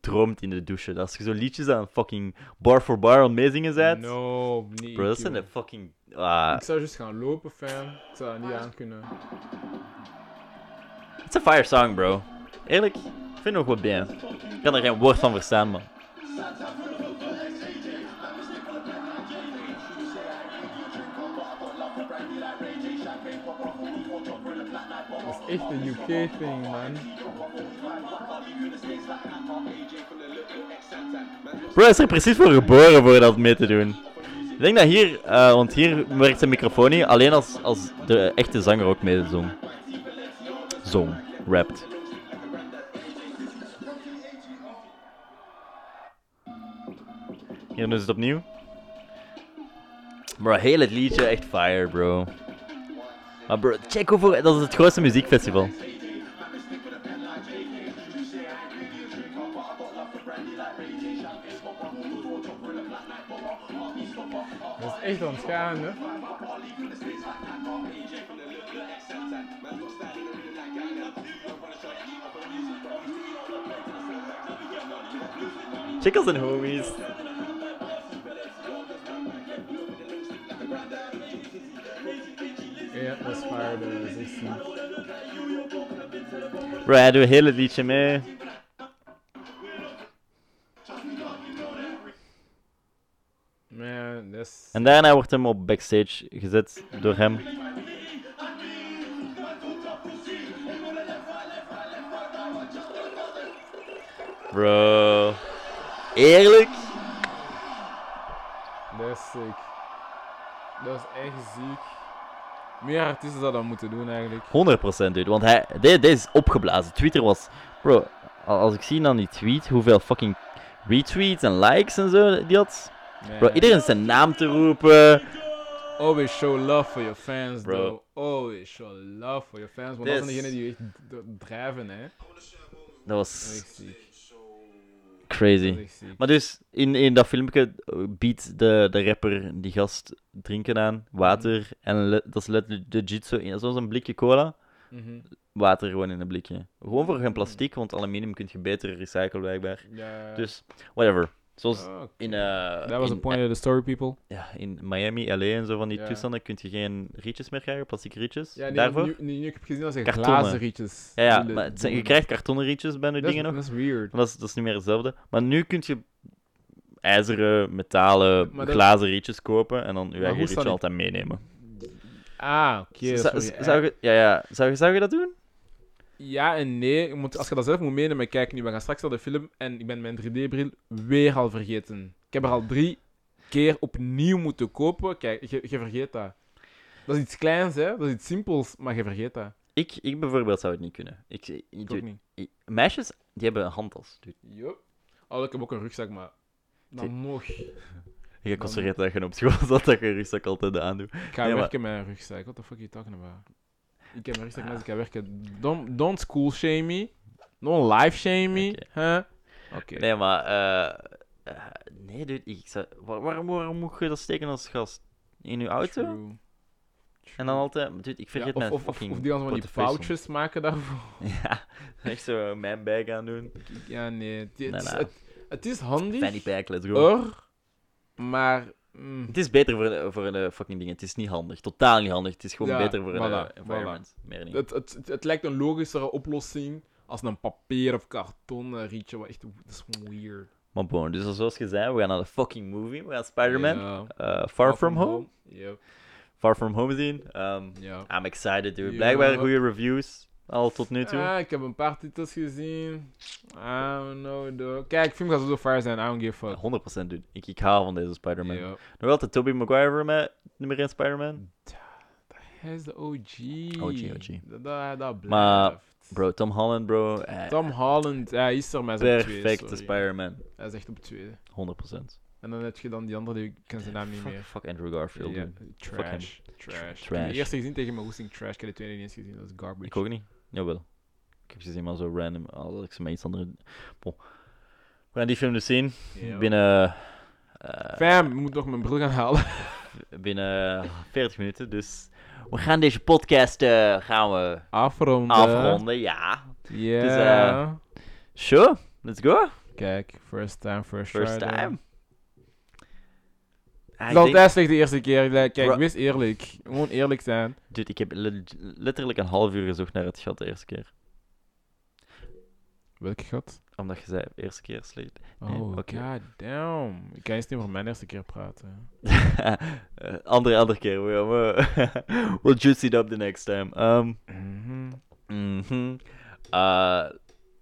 Speaker 2: droomt in de douche. Dat Als je zo liedjes aan fucking bar for bar aan meezingen bent.
Speaker 1: No, niet.
Speaker 2: Bro, dat zijn de fucking. Ah,
Speaker 1: Ik zou juist gaan lopen, fam. Ik zou dat niet aan kunnen.
Speaker 2: it's a fire song, bro. Eerlijk, ik vind het nog wat bien. Ik kan er geen woord van verstaan, man.
Speaker 1: Dat is echt een UK-thing, man.
Speaker 2: Bro, hij is er precies voor geboren voor dat mee te doen. Ik denk dat hier, eh, want hier werkt zijn microfoon niet, alleen als, als de echte zanger ook mee zong. Zong, rapt. Hier doen ze het opnieuw. Bro, heel het liedje, echt fire, bro. Maar bro, check hoeveel, dat is het grootste muziekfestival.
Speaker 1: Dat is echt aan het gaan, hè.
Speaker 2: Check als een homies.
Speaker 1: Ja, dat is fire, dat is echt ziek.
Speaker 2: Bro, hij doet heel het liedje mee.
Speaker 1: Man, dat is...
Speaker 2: En daarna wordt hem op backstage gezet door hem. Bro. Eerlijk?
Speaker 1: Dat is sick. Dat is echt ziek. Meer artiesten zouden dat moeten doen, eigenlijk.
Speaker 2: 100% dude, want hij, de- deze is opgeblazen. Twitter was. Bro, a- als ik zie dan die tweet, hoeveel fucking retweets en likes en zo die had.
Speaker 1: Man.
Speaker 2: Bro, iedereen zijn naam te roepen.
Speaker 1: Always show love for your fans,
Speaker 2: Bro.
Speaker 1: bro. Always show love for your fans. Want dat zijn
Speaker 2: This-
Speaker 1: degenen die je echt d- drijven, hè.
Speaker 2: Dat
Speaker 1: Dat is
Speaker 2: was
Speaker 1: echt ziek. Dat
Speaker 2: crazy.
Speaker 1: is echt ziek.
Speaker 2: Maar dus, in, in dat filmpje eh, biedt de, de rapper die gast drinken aan, water. En le- dat is letterlijk legit zo, in- zoals een blikje cola.
Speaker 1: Mhm.
Speaker 2: Water gewoon in een blikje. Gewoon voor geen plastic, want aluminium kun je beter recyclen blijkbaar.
Speaker 1: Ja.
Speaker 2: Dus, whatever. Zoals
Speaker 1: Oh,
Speaker 2: in, eh
Speaker 1: That was the
Speaker 2: in, eh,
Speaker 1: point of the story, people.
Speaker 2: ja, in Miami, LA en zo van die
Speaker 1: Ja.
Speaker 2: toestanden kun je geen rietjes meer krijgen, plastic rietjes.
Speaker 1: Ja, nee,
Speaker 2: daarvoor.
Speaker 1: nu, nu, nu ik heb gezien dat ze
Speaker 2: Kartonnen.
Speaker 1: glazen rietjes.
Speaker 2: ja, ja,
Speaker 1: willen
Speaker 2: maar het zijn- je
Speaker 1: doen.
Speaker 2: krijgt kartonnen rietjes bij de
Speaker 1: Dat is-
Speaker 2: dingen nog.
Speaker 1: Dat is weird.
Speaker 2: Maar Dat is, dat is niet meer hetzelfde. Maar nu kun je ijzeren, metalen,
Speaker 1: Maar dat-
Speaker 2: glazen rietjes kopen en dan je eigen
Speaker 1: hoe
Speaker 2: rietje
Speaker 1: zal ik-
Speaker 2: altijd meenemen.
Speaker 1: Ah, oké. dat is
Speaker 2: Zou-
Speaker 1: voor je
Speaker 2: zou- zou je- ja, ja. Zou, je- zou je dat doen?
Speaker 1: Ja en nee. Je moet, als je dat zelf moet meenemen, kijk nu. We gaan straks naar de film en ik ben mijn 3D-bril weer al vergeten. Ik heb er al drie keer opnieuw moeten kopen. Kijk, je, je vergeet dat. Dat is iets kleins, hè? Dat is iets simpels, maar je vergeet dat.
Speaker 2: Ik, ik bijvoorbeeld zou het niet kunnen. Ik, ik,
Speaker 1: Ik ook
Speaker 2: dude,
Speaker 1: niet.
Speaker 2: ik- meisjes, die hebben een handtas. dude.
Speaker 1: Yup. Oh, ik heb ook een rugzak, maar. Dan nog. Ik
Speaker 2: Ik constateer dat je op school zat, dat je een rugzak altijd aan doet.
Speaker 1: ga
Speaker 2: Nee, maar-
Speaker 1: werken met een rugzak. What the fuck are you talking about? Ik heb een rugzak naast, ik ga werken. Don't, don't school shame me. Don't life shame me.
Speaker 2: Oké.
Speaker 1: Huh? Oké.
Speaker 2: Nee, maar... eh, eh, nee, dude. Ik zou, waar- waarom, waarom moet je dat steken als gast? In je auto?
Speaker 1: True.
Speaker 2: En dan altijd, dude, ik
Speaker 1: Ja,
Speaker 2: vergeet
Speaker 1: of,
Speaker 2: mijn
Speaker 1: of, of,
Speaker 2: fucking
Speaker 1: of die gaan zo van die
Speaker 2: portefeuille soms.
Speaker 1: pouches maken daarvoor.
Speaker 2: Ja, echt zo mijn bag aan doen.
Speaker 1: Ja, nee. Het, het
Speaker 2: Nee,
Speaker 1: is,
Speaker 2: nee.
Speaker 1: het, het is handig,
Speaker 2: Fanny pack, let's go.
Speaker 1: er, maar... mm,
Speaker 2: Het is beter voor de, voor de fucking dingen. Het is niet handig. Totaal niet handig. Het is gewoon
Speaker 1: Ja,
Speaker 2: beter voor
Speaker 1: voilà,
Speaker 2: de environment. Meer niet.
Speaker 1: het, het, het, het lijkt een logischere oplossing als een papier of karton eh, rietje, wat echt... Dat is gewoon weird.
Speaker 2: Maar bon, dus zoals gezegd, we gaan naar de fucking movie. We gaan Spider-Man.
Speaker 1: Ja.
Speaker 2: eh, Far From Home.
Speaker 1: Yep,
Speaker 2: Far From Home zien. Um,
Speaker 1: ja.
Speaker 2: I'm excited, dude.
Speaker 1: Ja.
Speaker 2: Blijkbaar goede reviews. Al tot nu toe.
Speaker 1: Ah, ik heb een paar titels gezien. I don't know, though. Kijk, film gaat zo fire zijn. I don't give a fuck.
Speaker 2: 100% dude. Ik, ik hou van deze Spider-Man.
Speaker 1: Ja.
Speaker 2: Nog altijd Tobey Maguire voor mij, nummer 1 Spider-Man.
Speaker 1: Hij is de OG.
Speaker 2: OG, OG.
Speaker 1: Dat, dat, dat blijft.
Speaker 2: Maar, Bro, Tom Holland, bro. eh,
Speaker 1: Tom Holland, ja, hij is er maar zijn op twee.
Speaker 2: perfecte
Speaker 1: sorry.
Speaker 2: Spider-Man. 100%.
Speaker 1: Hij is echt op twee.
Speaker 2: Fuck,
Speaker 1: En dan heb je dan die andere, die- ik ken zijn naam niet meer.
Speaker 2: fuck Andrew Garfield,
Speaker 1: Ja,
Speaker 2: dude.
Speaker 1: trash, trash. Ik heb
Speaker 2: Trash.
Speaker 1: de eerste gezien tegen mijn hoesting trash. Ik heb de tweede niet eens gezien. Dat is garbage.
Speaker 2: Ik ook niet. Jawel. Ik heb ze gezien, maar zo random. Ah, Als ik ze met iets anders... Bon. We gaan die film dus zien.
Speaker 1: Ja.
Speaker 2: Binnen... eh,
Speaker 1: Fam, ik moet nog mijn bril gaan halen.
Speaker 2: binnen 40 minuten. Dus we gaan deze podcast eh, gaan we
Speaker 1: Afronden.
Speaker 2: afronden. Ja.
Speaker 1: Ja.
Speaker 2: Dus, eh, Sure. Let's go.
Speaker 1: Kijk, first time, first,
Speaker 2: First
Speaker 1: try,
Speaker 2: time.
Speaker 1: Het
Speaker 2: Ah, ik
Speaker 1: is al
Speaker 2: denk-
Speaker 1: tijd slecht de eerste keer. Like, Kijk,
Speaker 2: Bro-
Speaker 1: wees eerlijk. Gewoon eerlijk zijn.
Speaker 2: Dude, ik heb le- letterlijk een half uur gezocht naar het gat de eerste keer.
Speaker 1: Welke gat?
Speaker 2: Omdat je zei, eerste keer slecht. Nee,
Speaker 1: Oh,
Speaker 2: oké.
Speaker 1: god damn. Ik kan eens niet over mijn eerste keer praten.
Speaker 2: Eh, andere, andere keer. We, we, we'll juice it up the next time. Ehm
Speaker 1: Mhm.
Speaker 2: mhm. Eh,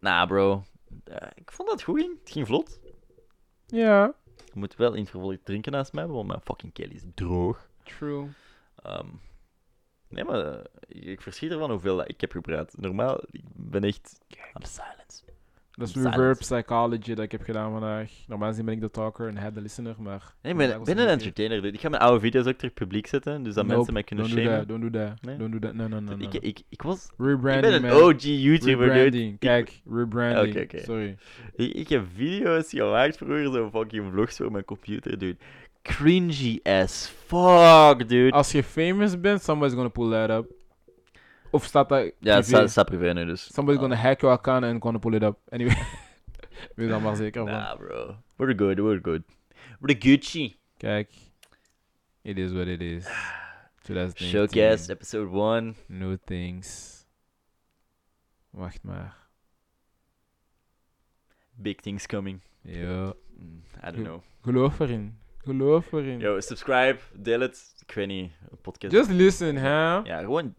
Speaker 2: nah, bro. Eh, ik vond dat het goed ging. Het ging vlot.
Speaker 1: Ja,
Speaker 2: Je moet wel in het geval iets drinken naast mij, want mijn fucking keel is droog.
Speaker 1: true.
Speaker 2: Ehm, nee, maar eh, ik- ik verschiet ervan hoeveel dat ik heb gepraat. Normaal, ik ben echt... I'm silence.
Speaker 1: Dat is
Speaker 2: Silence.
Speaker 1: reverb psychology dat ik heb gedaan vandaag. Normaal gezien ben ik de talker en hij de listener, maar...
Speaker 2: Nee, ik
Speaker 1: vandaag
Speaker 2: ben,
Speaker 1: was
Speaker 2: ben
Speaker 1: het
Speaker 2: een
Speaker 1: omgekeerd.
Speaker 2: entertainer, dude. Ik ga mijn oude video's ook terug publiek zetten, dus dat
Speaker 1: Nope,
Speaker 2: mensen mij kunnen
Speaker 1: don't do
Speaker 2: shamen.
Speaker 1: that, don't do that.
Speaker 2: Nee?
Speaker 1: Don't do that, no, no, no, no.
Speaker 2: Ik, ik, ik was... Ik
Speaker 1: Rebranding,
Speaker 2: ben een
Speaker 1: man.
Speaker 2: OG YouTuber, dude.
Speaker 1: Rebranding. Kijk, rebranding.
Speaker 2: Oké, oké.
Speaker 1: Sorry.
Speaker 2: Ik, ik heb video's gemaakt vroeger, zo fucking vlogs voor mijn computer, dude. Cringy as fuck, dude.
Speaker 1: Als je famous bent, somebody's gonna pull that up. Of staat dat...
Speaker 2: ja, het
Speaker 1: privé?
Speaker 2: staat, staat privé nu, dus...
Speaker 1: Somebody's gonna hack your account and gonna pull it up. Anyway. Wees daar maar zeker van.
Speaker 2: Nah, bro. We're good, we're good. We're Gucci.
Speaker 1: Kijk. It is what it is. 2019.
Speaker 2: Showcast, episode 1.
Speaker 1: No thanks. Wacht maar.
Speaker 2: Big things coming.
Speaker 1: Yo.
Speaker 2: Mm, I don't know.
Speaker 1: Geloof erin. Geloof erin.
Speaker 2: Yo, subscribe, deel het. Ik weet niet, een podcast.
Speaker 1: Just listen, hè?
Speaker 2: Ja, gewoon...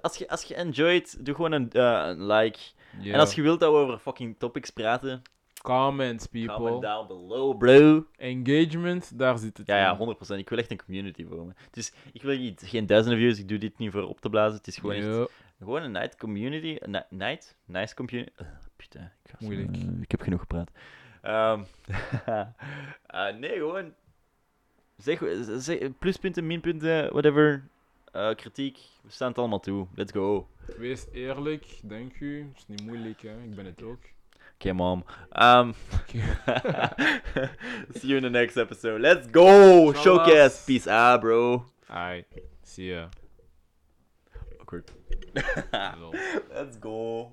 Speaker 2: Als je, als je enjoyt, doe gewoon een, eh, een like.
Speaker 1: Ja.
Speaker 2: En als je wilt dat we over fucking topics praten,
Speaker 1: Comments,
Speaker 2: comment
Speaker 1: people.
Speaker 2: down below, bro.
Speaker 1: Engagement, daar zit het
Speaker 2: Ja, ja,
Speaker 1: in.
Speaker 2: 100%. Ik wil echt een community vormen. Dus ik wil niet, geen duizenden views, ik doe dit niet voor op te blazen. Het is gewoon echt,
Speaker 1: Ja.
Speaker 2: gewoon een night community. Een ni- night? Nice community. Eh, putain, ik, ga zo-
Speaker 1: Moeilijk.
Speaker 2: eh, ik heb genoeg gepraat. Ehm, eh, nee, gewoon. Zeg, zeg, pluspunten, minpunten, whatever. Eh, kritiek, we staan het allemaal toe. Let's go.
Speaker 1: Wees eerlijk, denk u. Het is niet moeilijk, hè? Ik ben het ook.
Speaker 2: Okay, mom. Um,
Speaker 1: Okay.
Speaker 2: see you in the next episode. Let's go,
Speaker 1: Salas.
Speaker 2: showcase. Peace out, bro.
Speaker 1: Alright. See ya.
Speaker 2: Awkward. Let's go.